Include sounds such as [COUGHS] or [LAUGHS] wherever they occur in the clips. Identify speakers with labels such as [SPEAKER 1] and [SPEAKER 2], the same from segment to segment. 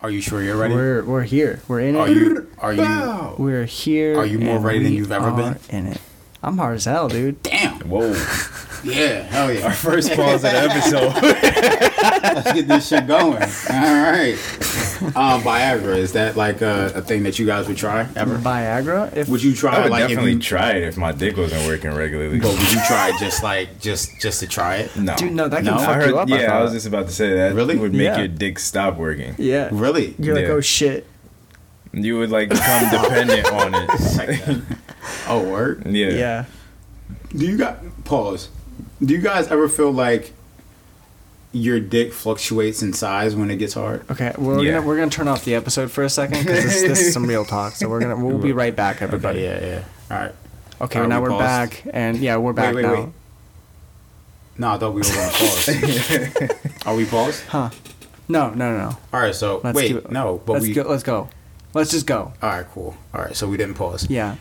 [SPEAKER 1] Are you sure you're ready?
[SPEAKER 2] We're we're here. We're in it.
[SPEAKER 1] Are you? Are you?
[SPEAKER 3] Bow.
[SPEAKER 2] We're here.
[SPEAKER 1] Are you more
[SPEAKER 2] and
[SPEAKER 1] ready than
[SPEAKER 2] we
[SPEAKER 1] you've ever been?
[SPEAKER 2] are In it. I'm hard as hell, dude.
[SPEAKER 1] Damn.
[SPEAKER 3] Whoa.
[SPEAKER 1] Yeah. Hell yeah.
[SPEAKER 3] Our first pause of the episode.
[SPEAKER 1] Let's get this shit going. All right. Um, Viagra is that like a, a thing that you guys would try ever?
[SPEAKER 2] Viagra. If
[SPEAKER 1] Would you try
[SPEAKER 3] I would
[SPEAKER 1] like
[SPEAKER 3] definitely
[SPEAKER 1] if you,
[SPEAKER 3] try it if my dick wasn't working regularly.
[SPEAKER 1] but would you try it just like just just to try it?
[SPEAKER 3] No.
[SPEAKER 2] dude, no, that can
[SPEAKER 1] No, I
[SPEAKER 2] fuck
[SPEAKER 3] I
[SPEAKER 2] you
[SPEAKER 3] heard,
[SPEAKER 2] up. I,
[SPEAKER 3] yeah, I,
[SPEAKER 2] thought.
[SPEAKER 3] was just about to say that.
[SPEAKER 1] Really?
[SPEAKER 3] Would make
[SPEAKER 2] Yeah.
[SPEAKER 3] your dick stop working.
[SPEAKER 2] yeah.
[SPEAKER 3] [LAUGHS]
[SPEAKER 1] Really?
[SPEAKER 2] You're like,
[SPEAKER 3] Yeah.
[SPEAKER 2] oh shit.
[SPEAKER 3] You would like become dependent on it.
[SPEAKER 1] Like that. Oh, word.
[SPEAKER 3] Yeah.
[SPEAKER 2] Yeah.
[SPEAKER 1] Do you got pause? Do you guys ever feel like your dick fluctuates in size when it gets hard?
[SPEAKER 2] Okay. We're
[SPEAKER 3] Yeah.
[SPEAKER 2] gonna we're gonna turn off the episode for a second because this, this is some real talk. So we're gonna we'll be right back,
[SPEAKER 1] But
[SPEAKER 2] everybody.
[SPEAKER 1] yeah, yeah. All right.
[SPEAKER 2] Okay.
[SPEAKER 1] Are
[SPEAKER 2] now
[SPEAKER 1] we
[SPEAKER 2] we're
[SPEAKER 1] paused?
[SPEAKER 2] back, and yeah, we're back
[SPEAKER 1] wait,
[SPEAKER 2] now.
[SPEAKER 1] wait. No, I thought we were going to pause.
[SPEAKER 3] [LAUGHS]
[SPEAKER 1] Are we paused?
[SPEAKER 2] Huh? No, no, no.
[SPEAKER 1] All right. So
[SPEAKER 2] Let's
[SPEAKER 1] wait,
[SPEAKER 2] do it.
[SPEAKER 1] no, but
[SPEAKER 2] let's
[SPEAKER 1] we.
[SPEAKER 2] go. Let's go. Let's just go.
[SPEAKER 1] All right, cool. All right, so we didn't pause.
[SPEAKER 2] Yeah.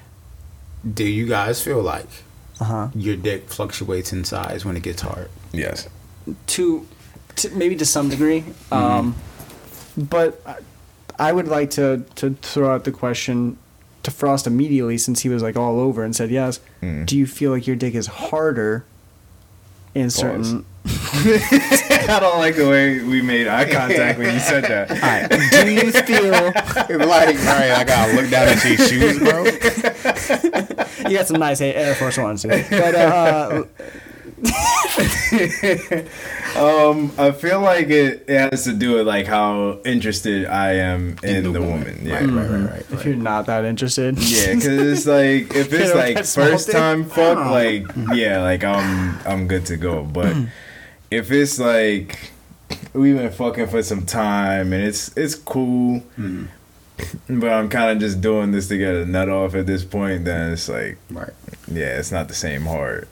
[SPEAKER 1] Do you guys feel like
[SPEAKER 2] Uh huh.
[SPEAKER 1] your dick fluctuates in size when it gets hard?
[SPEAKER 3] Yes. [LAUGHS]
[SPEAKER 2] to, to maybe to some degree.
[SPEAKER 3] Mm-hmm.
[SPEAKER 2] Um, but I, I would like to, to throw out the question to Frost immediately since he was like all over and said yes.
[SPEAKER 3] Mm.
[SPEAKER 2] Do you feel like your dick is harder in
[SPEAKER 3] [LAUGHS]
[SPEAKER 2] certain?
[SPEAKER 3] I don't like the way we made eye contact when you said that.
[SPEAKER 2] Alright, do you feel
[SPEAKER 1] [LAUGHS] like, all right, I gotta look down at your shoes, bro.
[SPEAKER 2] you got some nice Air Force Ones? dude. But uh,
[SPEAKER 3] Um, I feel like it, it has to do with like how interested I am in, the, woman. Yeah.
[SPEAKER 1] Right, right, right, right.
[SPEAKER 2] if you're not that interested,
[SPEAKER 3] Yeah, cause it's
[SPEAKER 2] [LAUGHS]
[SPEAKER 3] like if
[SPEAKER 2] You
[SPEAKER 3] it's
[SPEAKER 2] know,
[SPEAKER 3] like
[SPEAKER 2] that small
[SPEAKER 3] first
[SPEAKER 2] dick. Oh.
[SPEAKER 3] time fuck, like yeah, like I'm I'm good to go. But if it's like we've been fucking for some time and it's it's cool,
[SPEAKER 2] Mm.
[SPEAKER 3] but I'm kind of just doing this to get a nut off at this point. Then it's like
[SPEAKER 1] [LAUGHS] right.
[SPEAKER 3] yeah, it's not the
[SPEAKER 2] [LAUGHS]
[SPEAKER 3] same hard.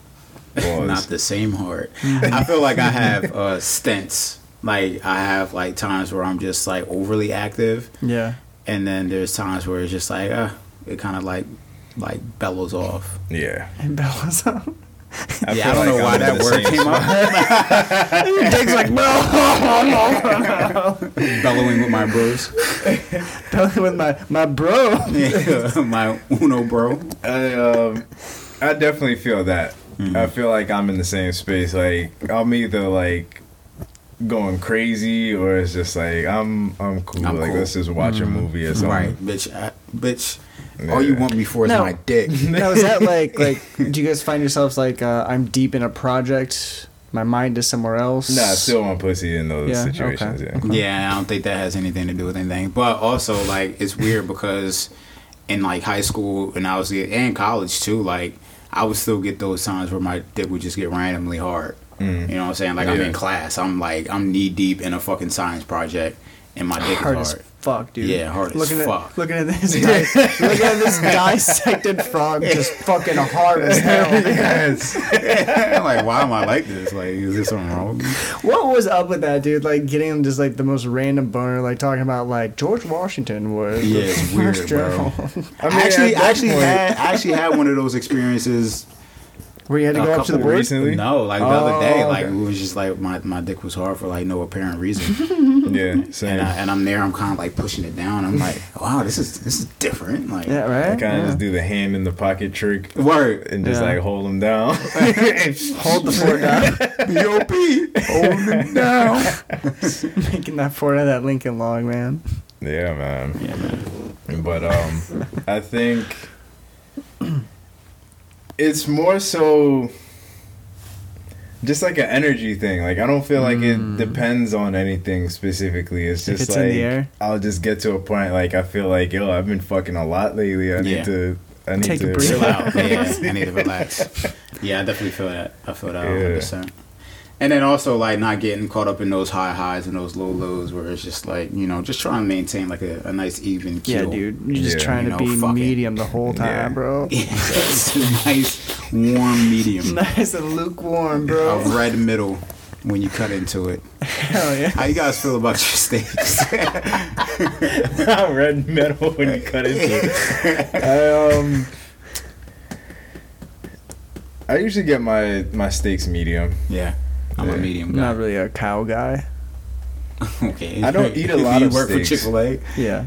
[SPEAKER 1] Not the same hard.
[SPEAKER 2] Mm-hmm.
[SPEAKER 1] I feel like I have uh, stints. Like I have like times where I'm just like overly active,
[SPEAKER 2] [LAUGHS] yeah,
[SPEAKER 1] and then there's times where it's just like uh, it kind of like like bellows off.
[SPEAKER 3] yeah.
[SPEAKER 2] and balance
[SPEAKER 3] [LAUGHS]
[SPEAKER 2] up.
[SPEAKER 3] I
[SPEAKER 1] yeah, I
[SPEAKER 3] feel
[SPEAKER 1] don't know
[SPEAKER 3] like
[SPEAKER 1] why
[SPEAKER 3] I'm in
[SPEAKER 1] that
[SPEAKER 3] the
[SPEAKER 1] word
[SPEAKER 3] same
[SPEAKER 1] came up.
[SPEAKER 2] Your dick's like [LAUGHS] no,
[SPEAKER 3] [LAUGHS]
[SPEAKER 1] Bellowing with my [LAUGHS] bros,
[SPEAKER 2] with my my bro.
[SPEAKER 1] Yeah, my Uno bro.
[SPEAKER 3] I um, I definitely feel that.
[SPEAKER 1] Hmm.
[SPEAKER 3] I feel like I'm in the same space. Like I'm either like going crazy or it's just like I'm I'm cool.
[SPEAKER 1] I'm cool.
[SPEAKER 3] like
[SPEAKER 1] Mm-hmm.
[SPEAKER 3] let's just watch a movie or something.
[SPEAKER 1] Right, bitch, I, bitch. All you
[SPEAKER 3] Yeah.
[SPEAKER 1] want me for is
[SPEAKER 2] No.
[SPEAKER 1] my
[SPEAKER 2] [LAUGHS]
[SPEAKER 1] dick.
[SPEAKER 2] now is that like like do you guys find yourselves like uh, i'm deep in a project my mind is somewhere else
[SPEAKER 3] Nah, I still want pussy in those
[SPEAKER 2] Yeah, okay.
[SPEAKER 3] situations.
[SPEAKER 1] [LAUGHS]
[SPEAKER 3] Yeah.
[SPEAKER 1] Yeah, I don't think that has anything to do with anything. But also, like, it's weird because in like high school and I was get- and college too, like, I would still get those times where my dick would just get randomly hard. You know what I'm saying? Like, I'm
[SPEAKER 3] Mm. Yeah.
[SPEAKER 1] in class, I'm like, I'm knee deep in a fucking science project, and my dick
[SPEAKER 2] hard
[SPEAKER 1] is
[SPEAKER 2] as
[SPEAKER 1] hard.
[SPEAKER 2] [LAUGHS] fuck dude
[SPEAKER 1] Yeah, hard as
[SPEAKER 2] looking
[SPEAKER 1] fuck.
[SPEAKER 2] at looking
[SPEAKER 1] [LAUGHS]
[SPEAKER 2] at this di- looking at this dissected frog just fucking hard as hell
[SPEAKER 3] Yes.
[SPEAKER 1] I'm [LAUGHS] like, why am I like this? Like, is there something wrong with me?
[SPEAKER 2] what was up with that dude like getting him just like the most random boner like talking about like george washington was
[SPEAKER 1] Yeah,
[SPEAKER 2] the
[SPEAKER 1] it's weird,
[SPEAKER 2] first
[SPEAKER 1] bro.
[SPEAKER 2] general.
[SPEAKER 3] I mean,
[SPEAKER 1] actually,
[SPEAKER 3] at that
[SPEAKER 1] I actually
[SPEAKER 3] point-
[SPEAKER 1] had I actually had one of those experiences
[SPEAKER 2] [LAUGHS] where you had to
[SPEAKER 1] A
[SPEAKER 2] go up to the
[SPEAKER 1] couple
[SPEAKER 2] board
[SPEAKER 3] recently.
[SPEAKER 1] No, like the other day,
[SPEAKER 2] Oh,
[SPEAKER 1] like
[SPEAKER 2] okay.
[SPEAKER 1] it was just like my, my dick was hard for like no apparent
[SPEAKER 2] [LAUGHS]
[SPEAKER 1] reason,
[SPEAKER 3] Yeah, same.
[SPEAKER 1] and I, and I'm there, I'm kind of like pushing it down. I'm
[SPEAKER 2] [LAUGHS]
[SPEAKER 1] like, wow, this is this is different. Like,
[SPEAKER 2] yeah
[SPEAKER 3] I
[SPEAKER 2] right
[SPEAKER 3] kind of
[SPEAKER 2] Yeah.
[SPEAKER 3] just do the hand in the pocket trick
[SPEAKER 1] word,
[SPEAKER 3] and just
[SPEAKER 2] Yeah.
[SPEAKER 3] like hold them down. [LAUGHS]
[SPEAKER 2] hold the
[SPEAKER 1] [LAUGHS]
[SPEAKER 2] fort down
[SPEAKER 1] B.O.P. Hold it down.
[SPEAKER 2] [LAUGHS] making that fort out of that lincoln log man
[SPEAKER 3] yeah, man.
[SPEAKER 1] Yeah, man.
[SPEAKER 3] but um i think it's more so just like an energy thing like i don't feel like
[SPEAKER 1] Mm.
[SPEAKER 3] it depends on anything specifically it's
[SPEAKER 2] If
[SPEAKER 3] just
[SPEAKER 2] it's in
[SPEAKER 3] like
[SPEAKER 2] the air?
[SPEAKER 3] i'll just get to a point like i feel like yo i've been fucking a lot lately i
[SPEAKER 1] Yeah.
[SPEAKER 3] need to i need
[SPEAKER 2] Take a
[SPEAKER 3] to [LAUGHS]
[SPEAKER 2] break.
[SPEAKER 1] Chill out. [LAUGHS] Yeah, I need to relax. Yeah, I definitely feel that. I feel that 100. percent And then also like not getting caught up in those high highs and those low lows, where it's just like you know, just trying to maintain like a, a nice even keel.
[SPEAKER 2] Yeah, dude.
[SPEAKER 1] [LAUGHS]
[SPEAKER 2] You're just
[SPEAKER 3] Yeah.
[SPEAKER 2] trying
[SPEAKER 1] You
[SPEAKER 2] to
[SPEAKER 1] know,
[SPEAKER 2] be
[SPEAKER 1] fuck it.
[SPEAKER 2] medium the whole time,
[SPEAKER 3] Yeah.
[SPEAKER 2] bro.
[SPEAKER 1] it's a nice warm medium.
[SPEAKER 2] [LAUGHS] nice and lukewarm,
[SPEAKER 1] a
[SPEAKER 2] [LAUGHS] bro.
[SPEAKER 1] red middle when you cut into it.
[SPEAKER 2] Hell yeah.
[SPEAKER 1] [LAUGHS] How you guys feel about your steaks?
[SPEAKER 3] red metal when you cut
[SPEAKER 1] [LAUGHS]
[SPEAKER 3] into it i um i usually get my my steaks medium
[SPEAKER 1] [LAUGHS] yeah, I'm a
[SPEAKER 3] Yeah.
[SPEAKER 1] medium
[SPEAKER 2] I'm not
[SPEAKER 1] guy.
[SPEAKER 2] really a cow guy.
[SPEAKER 1] [LAUGHS] okay.
[SPEAKER 3] I don't eat a lot
[SPEAKER 1] you
[SPEAKER 3] of
[SPEAKER 1] work
[SPEAKER 3] steaks.
[SPEAKER 1] for Chick Fil A,
[SPEAKER 2] Yeah,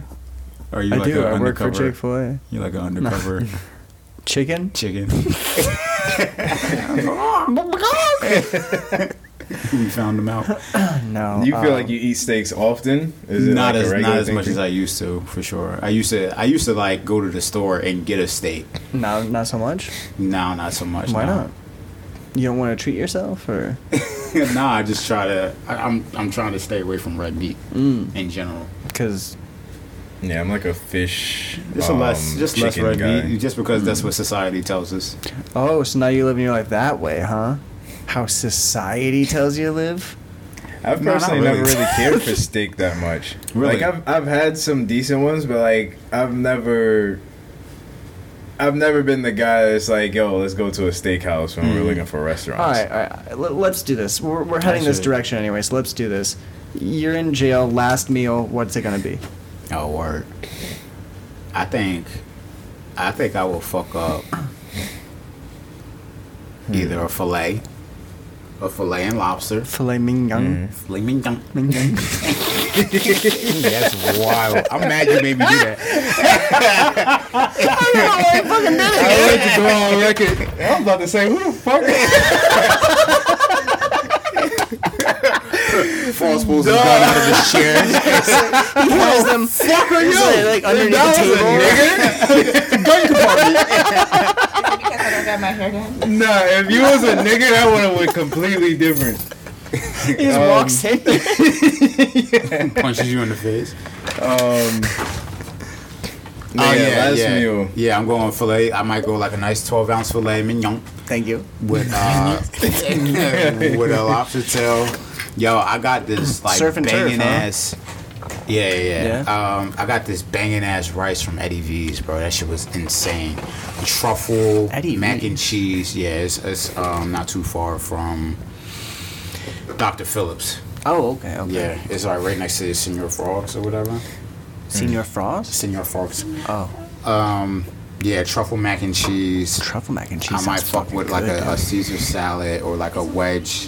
[SPEAKER 1] or you
[SPEAKER 2] I
[SPEAKER 1] like
[SPEAKER 2] do.
[SPEAKER 1] a
[SPEAKER 2] I work
[SPEAKER 1] undercover?
[SPEAKER 2] for Chick Fil A.
[SPEAKER 1] You like an undercover
[SPEAKER 2] Chicken.
[SPEAKER 1] chicken? we found them out.
[SPEAKER 2] No.
[SPEAKER 3] You feel
[SPEAKER 2] um,
[SPEAKER 3] like you eat steaks often? Is it
[SPEAKER 1] Oh, uh, Not
[SPEAKER 3] like a
[SPEAKER 1] as not
[SPEAKER 3] regular
[SPEAKER 1] as
[SPEAKER 3] thing
[SPEAKER 1] much
[SPEAKER 3] for
[SPEAKER 1] as I used to, for sure. I used to I used to like go to the store and get a steak.
[SPEAKER 2] No, Uh, not so much.
[SPEAKER 1] Now not so much.
[SPEAKER 2] Why
[SPEAKER 1] no.
[SPEAKER 2] not? You don't want to treat yourself, or
[SPEAKER 1] [LAUGHS] nah, I just try to. I, I'm I'm trying to stay away from red meat
[SPEAKER 2] Mm.
[SPEAKER 1] in general.
[SPEAKER 2] because
[SPEAKER 3] Yeah, I'm like a fish.
[SPEAKER 1] Just a less,
[SPEAKER 3] um,
[SPEAKER 1] just less
[SPEAKER 3] chicken
[SPEAKER 1] red
[SPEAKER 3] guy.
[SPEAKER 1] meat, just because that's what society tells us.
[SPEAKER 2] oh, so now you're living your life that way, huh? How society tells you to live.
[SPEAKER 3] I've
[SPEAKER 1] No, not
[SPEAKER 3] personally never
[SPEAKER 1] really.
[SPEAKER 3] really cared
[SPEAKER 1] [LAUGHS]
[SPEAKER 3] for steak that much.
[SPEAKER 1] Really?
[SPEAKER 3] Like I've I've had some decent ones, but like I've never. I've never been the guy that's like, yo, let's go to a steakhouse when we're looking for restaurants.
[SPEAKER 2] All right, all right. all right, Let, let's do this. We're, we're heading this
[SPEAKER 1] should-
[SPEAKER 2] direction anyway, so let's do this. You're in jail. Last meal. What's it gonna be?
[SPEAKER 1] Oh word. I think, I think I will fuck up either a fillet, a fillet and lobster.
[SPEAKER 2] Filet mignon.
[SPEAKER 1] Filet mignon.
[SPEAKER 2] Mignon.
[SPEAKER 1] [LAUGHS] That's wild. I'm mad you made me do that.
[SPEAKER 2] [LAUGHS]
[SPEAKER 3] I like to go on record. I was about to say, who the fuck? [LAUGHS]
[SPEAKER 1] False pulls his gun out of his chair.
[SPEAKER 2] Has them [LAUGHS] fuck are you? Like underneath the table.
[SPEAKER 4] Because I don't got my hair done.
[SPEAKER 3] Nah, if you was a nigga, that one was completely different.
[SPEAKER 2] He just
[SPEAKER 1] Um,
[SPEAKER 2] walks in.
[SPEAKER 1] [LAUGHS] Punches you in the face.
[SPEAKER 3] Um.
[SPEAKER 1] Oh
[SPEAKER 3] yeah,
[SPEAKER 1] yeah,
[SPEAKER 3] last
[SPEAKER 1] yeah.
[SPEAKER 3] meal.
[SPEAKER 1] Yeah, I'm going filet. I might go like a nice 12 ounce filet mignon
[SPEAKER 2] [LAUGHS] Thank you.
[SPEAKER 1] with
[SPEAKER 2] [LAUGHS]
[SPEAKER 1] uh, [LAUGHS] with a lobster tail. Yo, I got this like
[SPEAKER 2] Surf and turf,
[SPEAKER 1] banging
[SPEAKER 2] huh?
[SPEAKER 1] ass. Yeah, yeah. yeah. Um, I got this banging ass rice from Eddie V's, bro. That shit was insane. Truffle,
[SPEAKER 2] Eddie
[SPEAKER 1] mac
[SPEAKER 2] V's.
[SPEAKER 1] and cheese. Yeah, it's, it's um, not too far from Dr. Phillips.
[SPEAKER 2] Oh, okay, okay.
[SPEAKER 1] Yeah, it's like right next to the Senor Frogs or whatever.
[SPEAKER 2] Senior Frost.
[SPEAKER 1] Senor Frogs.
[SPEAKER 2] Oh,
[SPEAKER 1] Um, yeah, truffle mac and cheese.
[SPEAKER 2] truffle mac and cheese.
[SPEAKER 1] I might
[SPEAKER 2] sounds
[SPEAKER 1] fuck
[SPEAKER 2] fucking
[SPEAKER 1] with like
[SPEAKER 2] good,
[SPEAKER 1] a,
[SPEAKER 2] dude.
[SPEAKER 1] a Caesar salad or like a wedge.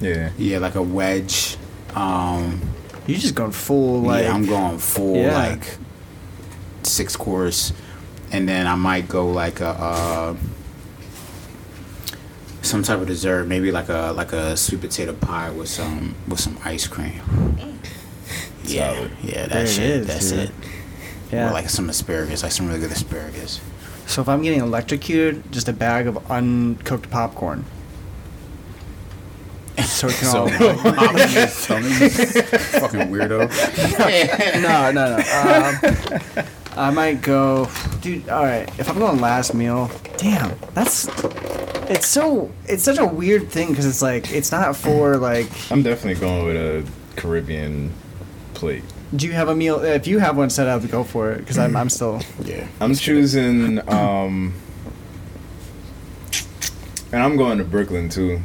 [SPEAKER 3] Yeah.
[SPEAKER 1] Yeah, like a wedge. Um,
[SPEAKER 2] You just going full like.
[SPEAKER 1] yeah, I'm going full
[SPEAKER 2] Yeah.
[SPEAKER 1] like six course, and then I might go like a uh, some type of dessert, maybe like a like a sweet potato pie with some with some ice cream. Yeah,
[SPEAKER 3] Solid.
[SPEAKER 1] yeah,
[SPEAKER 2] There it
[SPEAKER 1] that shit.
[SPEAKER 2] is,
[SPEAKER 1] that's
[SPEAKER 2] dude.
[SPEAKER 1] it.
[SPEAKER 2] yeah.
[SPEAKER 1] Or like some asparagus, like some really good
[SPEAKER 2] [LAUGHS]
[SPEAKER 1] asparagus.
[SPEAKER 2] so if I'm getting electrocuted, just a bag of uncooked popcorn. So [LAUGHS] it can
[SPEAKER 1] So,
[SPEAKER 2] all. Oh, [LAUGHS]
[SPEAKER 1] fucking weirdo.
[SPEAKER 2] no, no, no. Um, I might go, dude. All right, if I'm going last meal, damn, that's it's so it's such a weird thing because it's like it's not for like.
[SPEAKER 3] I'm definitely going with a Caribbean plate.
[SPEAKER 2] Do you have a meal? If you have one set up, go for it because I'm I'm still
[SPEAKER 1] Yeah.
[SPEAKER 3] I'm choosing um and I'm going to Brooklyn too.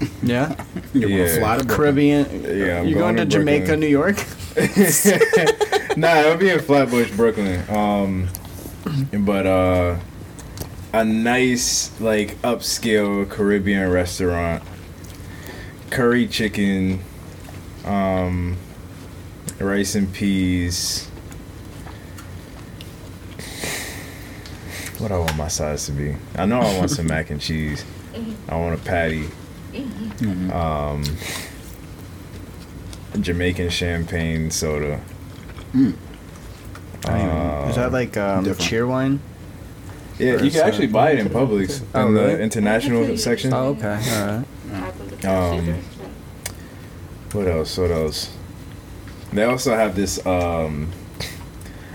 [SPEAKER 2] [LAUGHS] yeah
[SPEAKER 1] You're
[SPEAKER 3] Yeah.
[SPEAKER 1] gonna fly to Brooklyn.
[SPEAKER 2] Caribbean.
[SPEAKER 3] Yeah, I'm
[SPEAKER 2] You're going,
[SPEAKER 3] going
[SPEAKER 2] to,
[SPEAKER 3] to
[SPEAKER 2] Jamaica,
[SPEAKER 3] Brooklyn.
[SPEAKER 2] New York.
[SPEAKER 3] nah, it'll be in Flatbush, Brooklyn. Um but uh a nice like upscale Caribbean restaurant. Curry chicken, um rice and peas. What I want my sides to be. I know I want some mac and cheese. I want a patty.
[SPEAKER 2] Mm-hmm.
[SPEAKER 3] Um, Jamaican champagne soda.
[SPEAKER 2] Mm.
[SPEAKER 3] Uh,
[SPEAKER 2] Is that like um,
[SPEAKER 1] Different.
[SPEAKER 2] cheer wine?
[SPEAKER 3] Yeah, you can
[SPEAKER 2] Or
[SPEAKER 3] actually buy it in Publix
[SPEAKER 2] Oh,
[SPEAKER 3] in
[SPEAKER 2] really?
[SPEAKER 3] the international section.
[SPEAKER 2] Oh, okay, all right.
[SPEAKER 3] Um, What else? What else? They also have this. Um,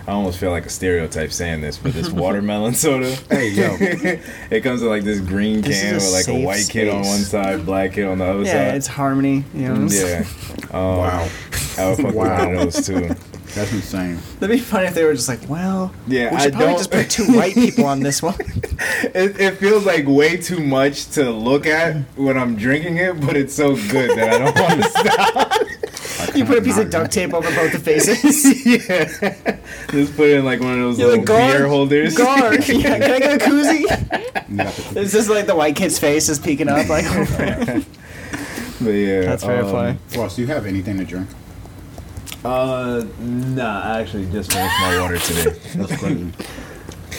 [SPEAKER 3] I almost feel like a stereotype saying this, but
[SPEAKER 2] [LAUGHS]
[SPEAKER 3] this watermelon soda.
[SPEAKER 1] Hey, yo.
[SPEAKER 3] [LAUGHS] it comes in like this green
[SPEAKER 2] This
[SPEAKER 3] can
[SPEAKER 2] is a
[SPEAKER 3] with like a
[SPEAKER 2] safe
[SPEAKER 3] white kid on one
[SPEAKER 2] space.
[SPEAKER 3] side, black kid on the other
[SPEAKER 2] Yeah,
[SPEAKER 3] side.
[SPEAKER 2] it's harmony. You know. [LAUGHS]
[SPEAKER 3] yeah. Um,
[SPEAKER 1] Wow.
[SPEAKER 3] I would fuck
[SPEAKER 1] Wow.
[SPEAKER 3] with those too.
[SPEAKER 1] That's insane.
[SPEAKER 2] That'd be funny if they were just like, well,
[SPEAKER 3] Yeah,
[SPEAKER 2] we should
[SPEAKER 3] I
[SPEAKER 2] probably
[SPEAKER 3] don't-
[SPEAKER 2] just put two [LAUGHS] white people on this one.
[SPEAKER 3] [LAUGHS] It, it feels like way too much to look at when I'm drinking it, but it's so good that I don't [LAUGHS] want to stop.
[SPEAKER 2] You put a piece of duct tape over both the faces.
[SPEAKER 3] [LAUGHS] yeah. Just put it in like one of those
[SPEAKER 2] You're
[SPEAKER 3] little
[SPEAKER 2] like, guard,
[SPEAKER 3] beer holders.
[SPEAKER 2] Guard, [LAUGHS] [LAUGHS] yeah, can I get a [LAUGHS] koozie?
[SPEAKER 1] tape.
[SPEAKER 2] It's just like the white kid's face is peeking up. Like,
[SPEAKER 3] [LAUGHS] But yeah,
[SPEAKER 2] that's very
[SPEAKER 3] um,
[SPEAKER 2] funny.
[SPEAKER 1] Ross, do you have anything to drink?
[SPEAKER 3] Uh, nah, I actually just finished my water today.
[SPEAKER 1] [LAUGHS] That's crazy.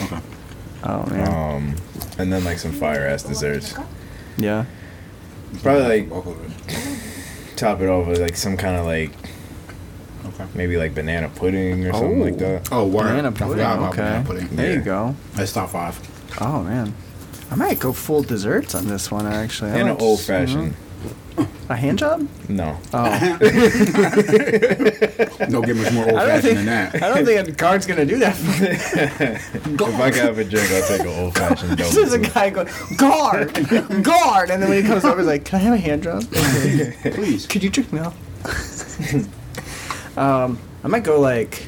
[SPEAKER 1] okay.
[SPEAKER 2] Oh man.
[SPEAKER 3] Um, and then like some fire ass desserts.
[SPEAKER 2] Yeah.
[SPEAKER 3] Probably like
[SPEAKER 1] Walk over.
[SPEAKER 3] top it off with like some kind of like
[SPEAKER 1] Okay.
[SPEAKER 3] maybe like banana pudding or something like
[SPEAKER 2] Oh.
[SPEAKER 3] that.
[SPEAKER 1] Oh, word.
[SPEAKER 2] Banana
[SPEAKER 1] I forgot
[SPEAKER 2] pudding,
[SPEAKER 1] about
[SPEAKER 2] okay.
[SPEAKER 1] banana pudding.
[SPEAKER 2] There you
[SPEAKER 3] Yeah.
[SPEAKER 2] go.
[SPEAKER 1] That's top five.
[SPEAKER 2] Oh man. I might go full desserts on this one actually. I
[SPEAKER 3] And an
[SPEAKER 2] might
[SPEAKER 3] old
[SPEAKER 2] just, you know,
[SPEAKER 3] fashioned.
[SPEAKER 2] A hand job?
[SPEAKER 3] No.
[SPEAKER 2] Oh.
[SPEAKER 1] Don't get much more old
[SPEAKER 2] [LAUGHS] I don't
[SPEAKER 1] fashioned
[SPEAKER 2] think
[SPEAKER 1] than that.
[SPEAKER 2] I don't [LAUGHS] think a card's gonna do that. For me.
[SPEAKER 3] If I could have a drink, I'll take an old fashioned double.
[SPEAKER 2] [LAUGHS] This is a
[SPEAKER 3] too.
[SPEAKER 2] guy going [LAUGHS] guard, guard, and then when he comes over, he's like, "Can I have a hand job?
[SPEAKER 1] Please.
[SPEAKER 2] Could you drink milk?" um, I might go like,